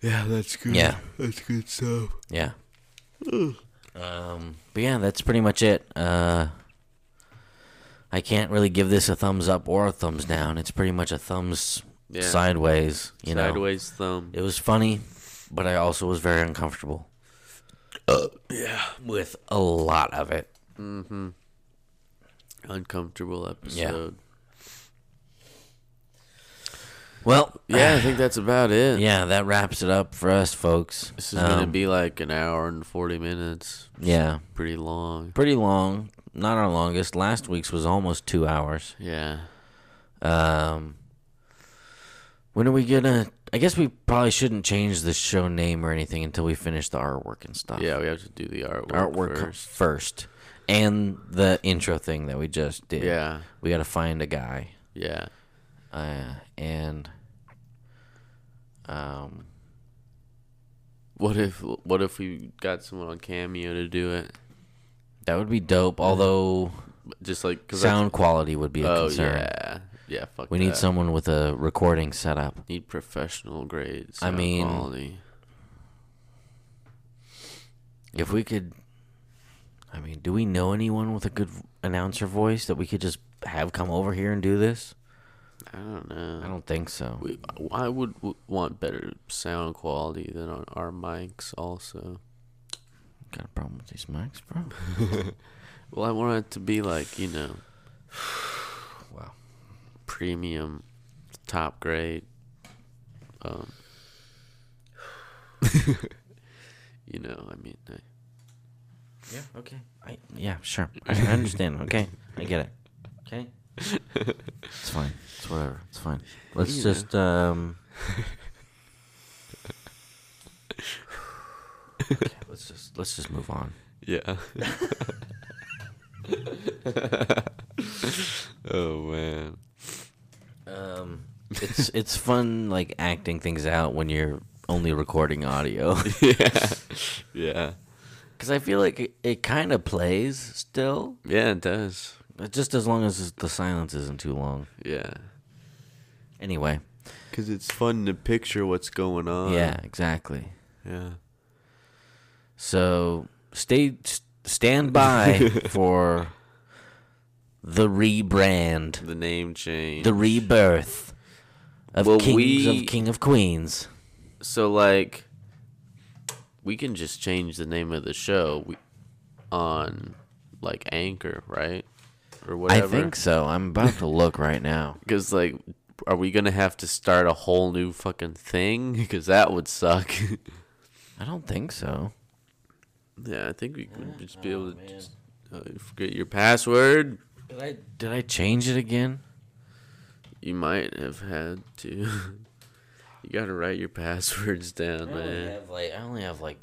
A: Yeah, that's good.
B: Yeah,
A: That's good stuff.
B: yeah. um, but yeah, that's pretty much it. Uh, I can't really give this a thumbs up or a thumbs down. It's pretty much a thumbs
A: Yeah.
B: sideways. You know,
A: Sideways thumb.
B: It was funny, but I also was very uncomfortable.
A: Uh,
B: yeah. With a lot of it.
A: Uncomfortable episode.
B: Well,
A: Yeah. I think that's about it.
B: yeah, that wraps it up for us, folks.
A: This is gonna
B: Um,
A: be like an hour and forty minutes.
B: yeah,
A: Pretty long.
B: pretty long. Not our longest. Last week's was almost two hours.
A: Yeah.
B: Um, when are we gonna? I guess we probably shouldn't change the show name or anything until we finish the artwork and stuff.
A: Yeah, we have to do the artwork,
B: Uh, artwork co-
A: first.
B: first. and the intro thing that we just did.
A: Yeah.
B: we got to find a guy.
A: Yeah.
B: uh, and um,
A: What if what if we got someone on Cameo to do it?
B: that would be dope. Although
A: Just like cause that's-
B: sound quality would be a
A: Oh
B: concern.
A: yeah. Yeah. Fuck.
B: We need
A: that.
B: someone with a recording setup.
A: Need professional grades.
B: I mean-
A: quality.
B: If we could, I mean, do we know anyone with a good v- announcer voice that we could just have come over here and do this?
A: I don't know.
B: I don't think so.
A: We, I would w- want better sound quality than on our mics. Also,
B: Got a problem with these mics, bro?
A: well, I want it to be like you know,
B: Wow.
A: premium, top grade. Um, you know, I mean, I,
B: Yeah. Okay. I, yeah. Sure. I I understand. Okay. I get it. Okay. It's fine. It's whatever. It's fine. Let's
A: You know.
B: just um. okay, let's just let's just move on.
A: yeah. oh man.
B: Um, it's it's fun like acting things out when you're only recording audio
A: yeah. Yeah.
B: because I feel like it, it kind of plays still,
A: Yeah, it does.
B: but just as long as the silence isn't too long.
A: Yeah.
B: Anyway.
A: Cause it's fun to picture what's going on.
B: yeah. Exactly.
A: Yeah.
B: So stay s- stand by for the rebrand,
A: The name change.
B: the rebirth of
A: Well,
B: kings
A: we-
B: of king of queens.
A: so like we can just change the name of the show we, on like anchor right or whatever
B: I think so. I'm about to look right now.
A: because like are we gonna have to start a whole new fucking thing because that would suck
B: I don't think so.
A: yeah Oh, i think we could just be able to just, uh, forget your password
B: Did I did I change it again?
A: you might have had to you gotta write your passwords down man
B: have like I only have like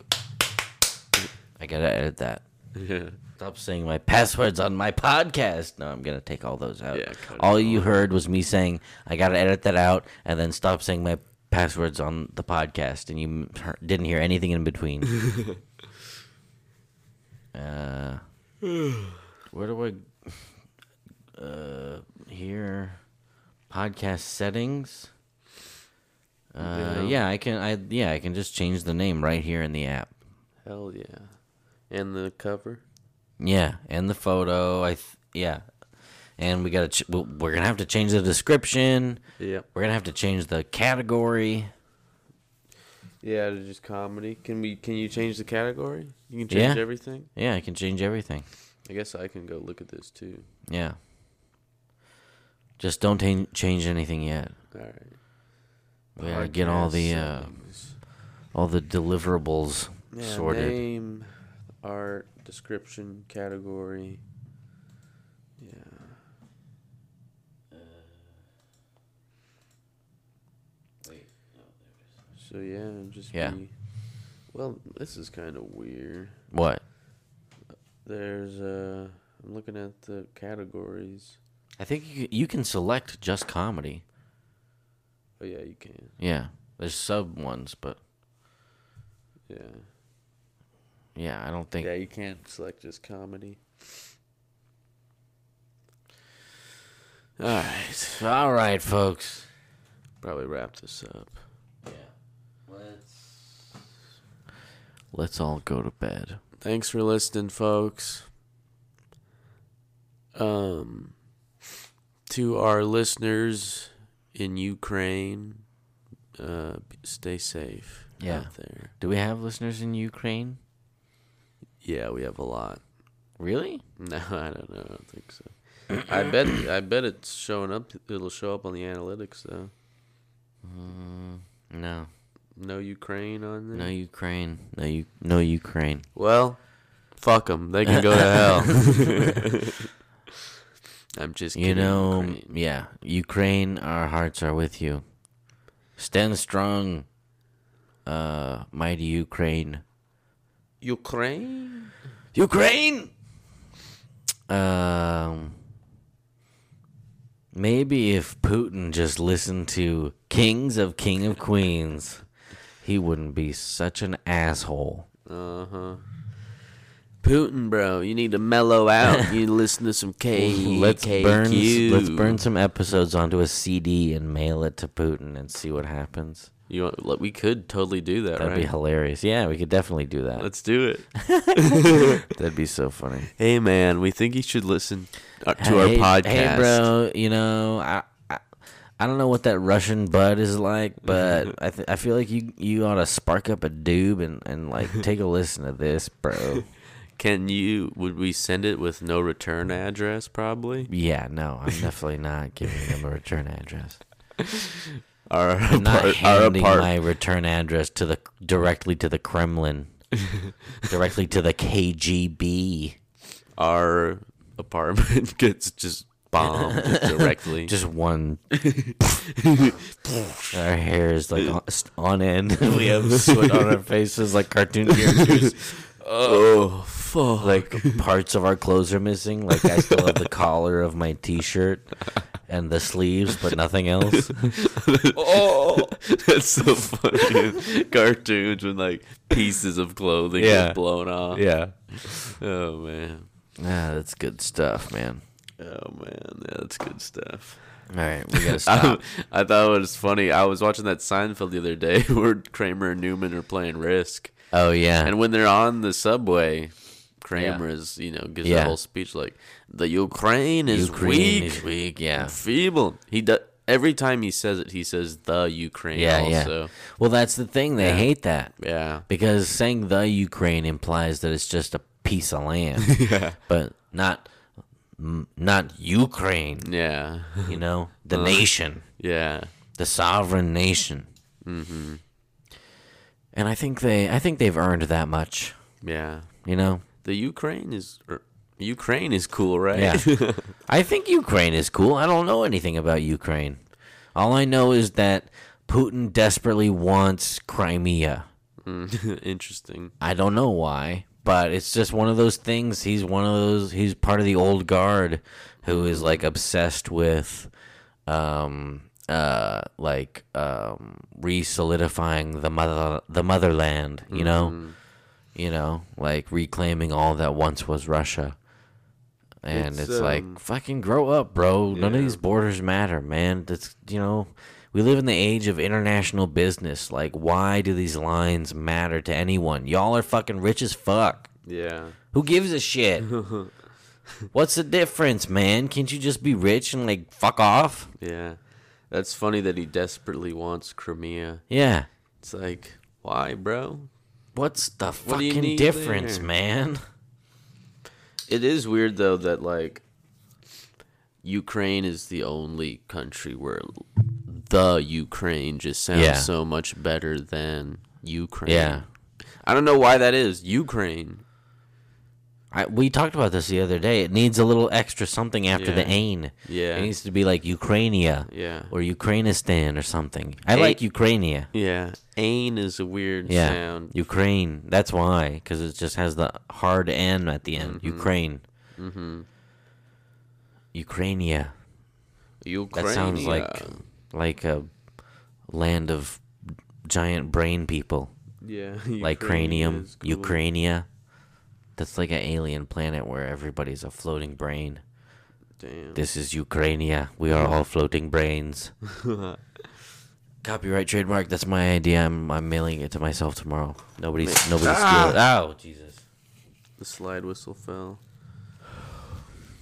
B: I gotta edit that.
A: yeah
B: Stop saying my passwords on my podcast. No, I'm gonna take all those out.
A: Yeah, cut it
B: all you heard was me saying I gotta edit that out, and then stop saying my passwords on the podcast, and you m- hear- didn't hear anything in between. uh, where do I? Uh, here, podcast settings.
A: Yeah.
B: Uh, yeah, I can. I yeah, I can just change the name right here in the app.
A: hell yeah and the cover
B: Yeah, and the photo. I th- yeah, and we gotta. Ch- we- we're gonna have to change the description.
A: yep
B: We're gonna have to change the category.
A: Yeah, to just comedy. Can we? Can you change the category? You can
B: Yeah.
A: change everything.
B: Yeah, I can change everything.
A: I guess I can go look at this too.
B: Yeah. Just don't ta- change anything yet.
A: All right.
B: We gotta get all the uh, all the deliverables sorted.
A: Name, art, description, category. Yeah. So yeah, it'd just
B: Yeah.
A: be Well, this is kind of weird.
B: What?
A: There's uh, I'm looking at the categories.
B: I think you you can select just comedy.
A: Oh yeah, you can.
B: Yeah, there's sub ones, but
A: Yeah.
B: yeah, I don't think.
A: Yeah, you can't select just comedy. All right,
B: All right, folks.
A: probably wrap this up.
B: Yeah. Let's let's all go to bed.
A: Thanks for listening, folks. Um, to our listeners in Ukraine, uh, stay safe
B: Yeah.
A: out there.
B: Do we have listeners in Ukraine?
A: Yeah, we have a lot.
B: Really?
A: No, I don't know. I don't think so. I bet. I bet it's showing up. It'll show up on the analytics though.
B: No.
A: No Ukraine on there.
B: No Ukraine. No you. No Ukraine.
A: Well, fuck them. They can go to hell. I'm just kidding.
B: You know,
A: Ukraine.
B: yeah, Ukraine, our hearts are with you. Stand strong, uh, mighty Ukraine.
A: Ukraine.
B: Ukraine! Um, maybe if Putin just listened to Kings of King of Queens, he wouldn't be such an asshole.
A: Uh huh.
D: Putin, bro, you need to mellow out. you need to listen to some K.
B: Let's
D: KQ.
B: burn, let's burn some episodes onto a CD and mail it to Putin and see what happens.
A: You want, look, we could totally do that,
B: That'd
A: right?
B: be hilarious. Yeah, we could definitely do that.
A: Let's do it.
B: That'd be so funny.
A: hey man, we think you should listen uh, to
B: Hey-
A: our podcast.
B: Hey, bro, you know, I, I I don't know what that Russian bud is like, but I th- I feel like you you ought to spark up a doob and and like take a listen to this, bro.
A: Can you? Would we send it with no return address? Probably.
B: yeah, no, I'm definitely not giving them a return address.
A: Our
B: I'm not
A: apart, our
B: handing
A: apart,
B: my return address to the directly to the Kremlin, directly to the KGB.
A: our apartment gets just bombed directly.
B: Just one. our hair is like on, on end. we have sweat on our faces like cartoon characters.
A: oh fuck!
B: like parts of our clothes are missing. Like I still have the collar of my T-shirt and the sleeves, but nothing else.
A: oh, that's so funny. Cartoons when like pieces of clothing
B: Yeah.
A: get blown off.
B: Yeah,
A: Oh man.
B: ah, that's good stuff, man.
A: Oh man, yeah, that's good stuff.
B: All right, we gotta
A: I,
B: stop.
A: I thought it was funny. I was watching that Seinfeld the other day where Kramer and Newman are playing Risk,
B: oh yeah,
A: and when they're on the subway, Kramer is you know gives a
B: Yeah.
A: whole speech like the Ukraine is weak,
B: Ukraine is weak. Yeah,
A: feeble. He does every time he says it, he says the Ukraine.
B: yeah, yeah.
A: also.
B: Well, that's the thing. They hate that.
A: yeah,
B: because saying the Ukraine implies that it's just a piece of land, but not m- not Ukraine.
A: yeah,
B: You know, the nation,
A: yeah.
B: the sovereign nation. Mm-hmm. And I think they, I think they've earned that much.
A: Yeah.
B: You know,
A: The Ukraine is er, Ukraine is cool, right?
B: yeah. I think Ukraine is cool. I don't know anything about Ukraine. All I know is that Putin desperately wants Crimea.
A: Interesting.
B: I don't know why, but it's just one of those things. He's one of those. He's part of the old guard who is like obsessed with, um, uh, like um, re-solidifying the mother, the motherland.
A: Mm-hmm.
B: You know, you know, like reclaiming all that once was Russia. And it's,
A: It's, um,
B: like fucking grow up, bro. None of
A: yeah.
B: these borders matter, man. That's you know, we live in the age of international business. Like, why do these lines matter to anyone? Y'all are fucking rich as fuck.
A: Yeah.
B: Who gives a shit? What's the difference, man? Can't you just be rich and like fuck off?
A: Yeah. That's funny that he desperately wants Crimea.
B: Yeah.
A: It's like, why, bro?
B: What's the
A: What do you
B: fucking
A: need
B: difference,
A: there?
B: man?
A: It is weird though that like Ukraine is the only country where the Ukraine just sounds
B: Yeah.
A: so much better than Ukraine.
B: Yeah.
A: I don't know why that is. Ukraine.
B: I, we talked about this the other day. It needs a little extra something after the
A: Yeah.
B: ain.
A: Yeah.
B: It needs to be like Ukrainia.
A: Yeah.
B: Or Ukrainistan or something. I
A: Ain-
B: like Ukrainia.
A: Yeah. Ain is a weird
B: Yeah.
A: sound.
B: Ukraine. That's why. Because it just has the hard N at the end. Ukraine.
A: Mm-hmm.
B: Mm-hmm. Ukrainia.
A: Ukraine.
B: That sounds like like a land of giant brain people.
A: yeah,
B: like
A: Ukraine
B: cranium,
A: is cool.
B: Ukrainia. That's like an alien planet where everybody's a floating brain.
A: Damn.
B: This is Ukrainia. We are all floating brains. Copyright trademark. That's my idea. I'm, I'm mailing it to myself tomorrow. Nobody's nobody
A: Ah!
B: steal it. Oh Jesus!
A: The slide whistle fell.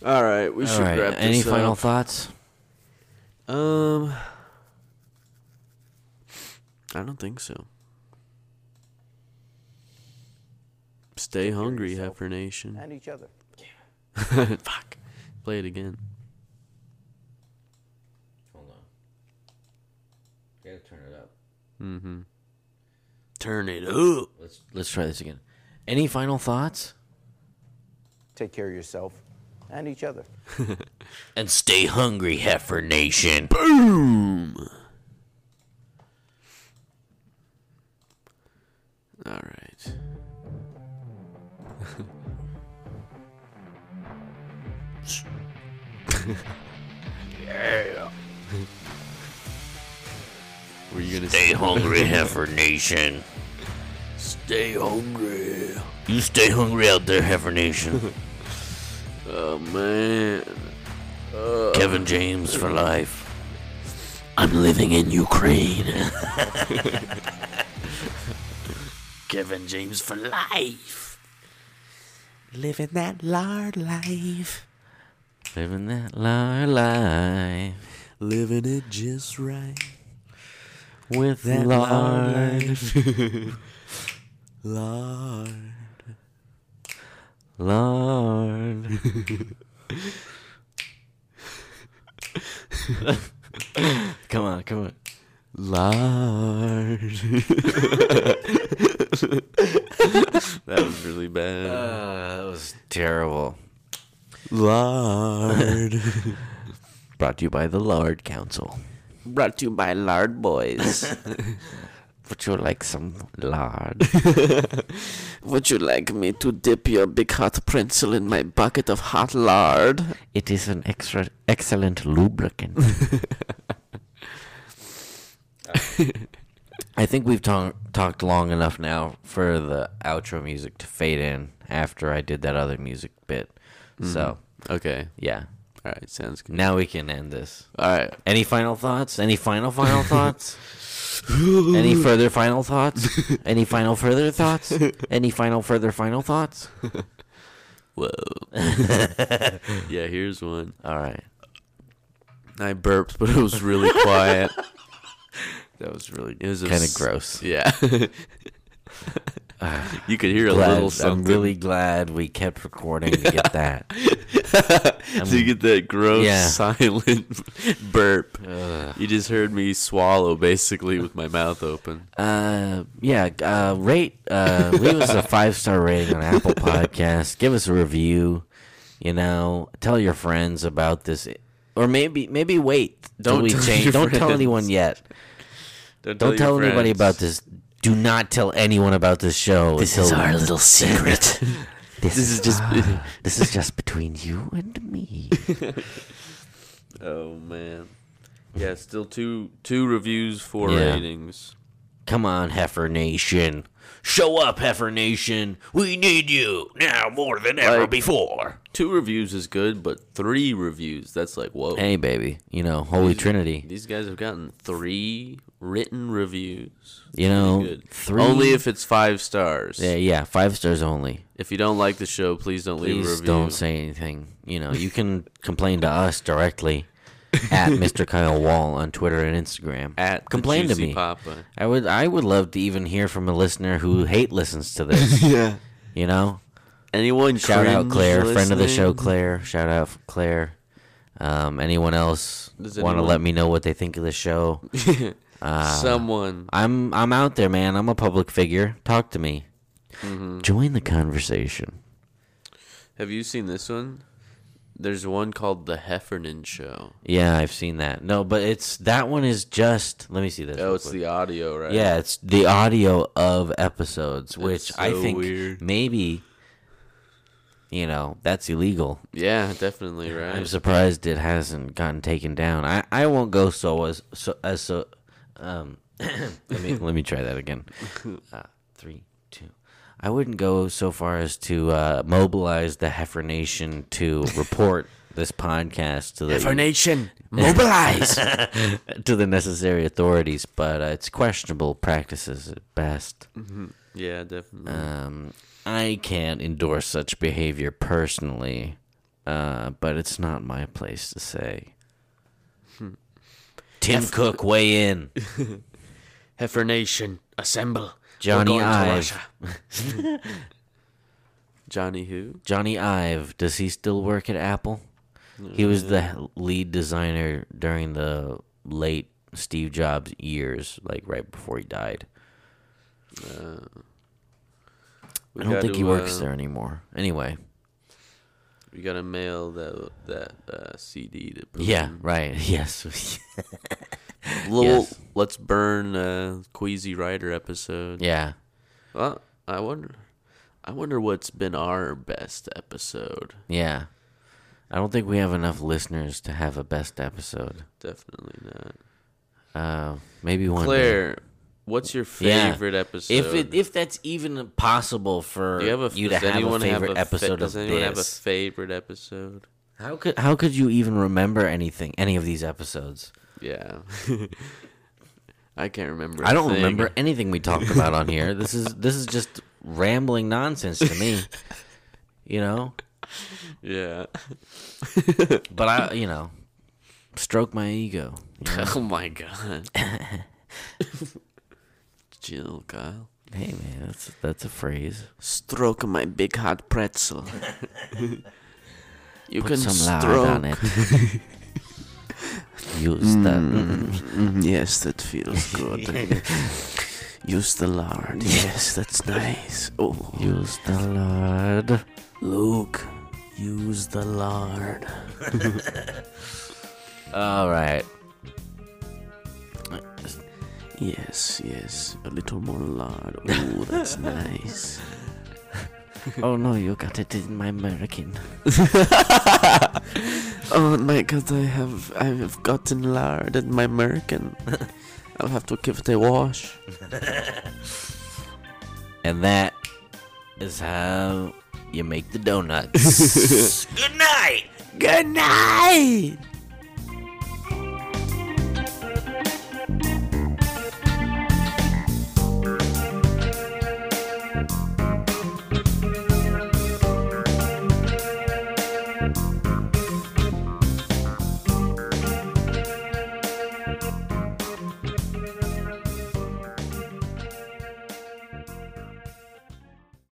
A: All right, we
B: All
A: should
B: right.
A: wrap
B: Any
A: this
B: final
A: up.
B: thoughts?
A: um, I don't think so. Stay hungry, Heifer Nation.
E: and each other.
A: Fuck. Play it again.
B: Hold on. Gotta turn it up.
A: Turn it up.
B: Let's let's try this again. Any final thoughts?
E: Take care of yourself and each other.
B: And stay hungry, Heifer Nation.
A: All right. yeah. Were you gonna
B: Stay hungry, Heifer Nation.
A: stay hungry?
B: You stay hungry out there, Heifer Nation.
A: Oh man.
B: Kevin James for life.
D: I'm living in Ukraine.
A: Kevin James for life.
D: Living that lard life.
B: Living that lie life
A: Living it just right.
B: with that life.
A: Lord.
B: Lord. come on, come on.
A: Lord. that was really bad.
B: that was terrible.
A: Lord.
B: Brought to you by the Lord Council.
D: Brought to you by Lard Boys.
B: Would you like some lard?
D: Would you like me to dip your big hot pretzel in my bucket of hot lard?
B: it is an extra excellent lubricant. I think we've talk, talked long enough now for the outro music to fade in after I did that other music bit.
A: Mm-hmm.
B: So,
A: okay.
B: yeah.
A: All right. Sounds good.
B: Now we can end this.
A: All right.
B: Any final thoughts? Any final final thoughts? Any further final thoughts? Any final further thoughts? Any final further final thoughts?
A: Whoa. yeah, here's one.
B: All right.
A: I burped, but it was really quiet. that was really it was
B: Kind of gross.
A: Yeah. you could hear a
B: glad-
A: little something.
B: I'm really glad we kept recording to get that.
A: so you get that gross
B: Yeah.
A: silent burp. You just heard me swallow basically with my mouth open.
B: Uh, yeah, uh, rate, uh, leave us a five star rating on Apple Podcasts. Give us a review. You know, tell your friends about this, or maybe maybe wait. till
A: Don't
B: we
A: tell
B: change.
A: your
B: Don't tell
A: friends.
B: anyone yet. Don't
A: your
B: tell anybody
A: friends.
B: about this. Do not tell anyone about this show. This is our little secret. this,
A: This is just
B: this is just between you and me.
A: Oh man. Yeah, still two two reviews, four
B: Yeah.
A: ratings.
B: Come on, Heifer Nation. Show up, Heifer Nation. We need you now more than ever
A: Like-
B: before.
A: Two reviews is good, but three reviews, that's like whoa.
B: Hey, baby. You know, Holy Trinity.
A: These guys have gotten three written reviews.
B: You know,
A: Good.
B: three.
A: Only if it's five stars.
B: Yeah, yeah, five stars only.
A: If you don't like the show, please don't leave a
B: Please
A: review.
B: don't say anything. You know, you can complain to us directly at Mr. Kyle Wall on Twitter and Instagram.
A: at the
B: complain to
A: Juicy
B: me.
A: Papa.
B: I would I would love to even hear from a listener who hate listens to this.
D: Yeah.
B: You know?
A: Anyone
B: Shout out
A: cringe
B: Claire, friend of the show,
A: listening?
B: Claire. Shout out Claire. Um, anyone else
A: Does
B: want to
A: anyone-
B: let me know what they think of the show? Ah.
A: Someone.
B: I'm I'm out there, man.
A: Mm-hmm.
B: I'm a public figure. Talk to me. Join the conversation.
A: Have you seen this one? There's one called The Heffernan Show.
B: Yeah, I've seen that. No, but it's that one is just. Let me see this.
A: Oh,
B: real
A: it's
B: quick.
A: the audio, right?
B: Yeah, it's the audio of episodes, which I
A: so
B: think
A: weird.
B: maybe, you know, that's illegal.
A: Yeah, definitely, right?
B: I'm surprised it hasn't gotten taken down. I, I won't go so as so as so. Um, let me let me try that again. Uh, three, two. I wouldn't go so far as to uh, mobilize the Heifer Nation to report this podcast to the
D: Nation, mobilize!
B: to the necessary authorities, but uh, it's questionable practices at best.
D: Mm-hmm.
A: yeah, definitely.
B: Um, I can't endorse such behavior personally, uh, but it's not my place to say.
D: Hmm.
B: Tim Cook, weigh in.
D: Heifer Nation, assemble.
B: Johnny
D: going to
B: Ive.
D: Russia.
A: Johnny who?
B: Johnny Ive. Does he still work at Apple? He was
D: Uh.
B: the lead designer during the late Steve Jobs years, like right before he died.
A: Uh, We
B: I don't think
A: gotta,
B: he works
A: uh,
B: there anymore. Anyway,
A: We gotta mail that that uh, CD to. Putin.
B: yeah, right. Yes.
A: Little,
B: yes.
A: Let's burn uh, Queasy Rider episode.
B: yeah.
A: Well, I wonder. I wonder what's been our best episode.
B: Yeah. I don't think we have enough listeners to have a best episode.
A: Definitely not.
B: Uh, maybe one day.
A: Claire, what's your
B: Yeah.
A: favorite episode?
B: If it if that's even possible for
A: Do you have a
B: you to
A: does
B: have a
A: anyone
B: favorite
A: have a fa-
B: episode of
A: does anyone have a
B: this,
A: favorite episode?
B: how could how could you even remember anything any of these episodes?
A: Yeah. I can't remember. I
B: I don't remember anything we talked about on here. This is this is just rambling nonsense to me. you know,
A: Yeah.
B: but I you know, stroke my ego. you know?
A: Oh my god. Jill, Kyle.
B: hey man, that's that's a phrase.
D: Stroke my big hot pretzel. you
B: Put
D: can
B: some lard
D: stroke.
B: on it. Use that.
D: Mm, yes, that feels good. Use the lard. Yes, that's nice. Oh,
B: Use the lard.
D: Luke, use the lard.
B: All right.
D: Yes, yes, a little more lard. Oh, that's nice.
B: Oh no, you got it in my American.
D: Oh my god, I have I have gotten lard in my merkin. I'll have to give it a wash.
B: And that is how you make the donuts.
D: Good night.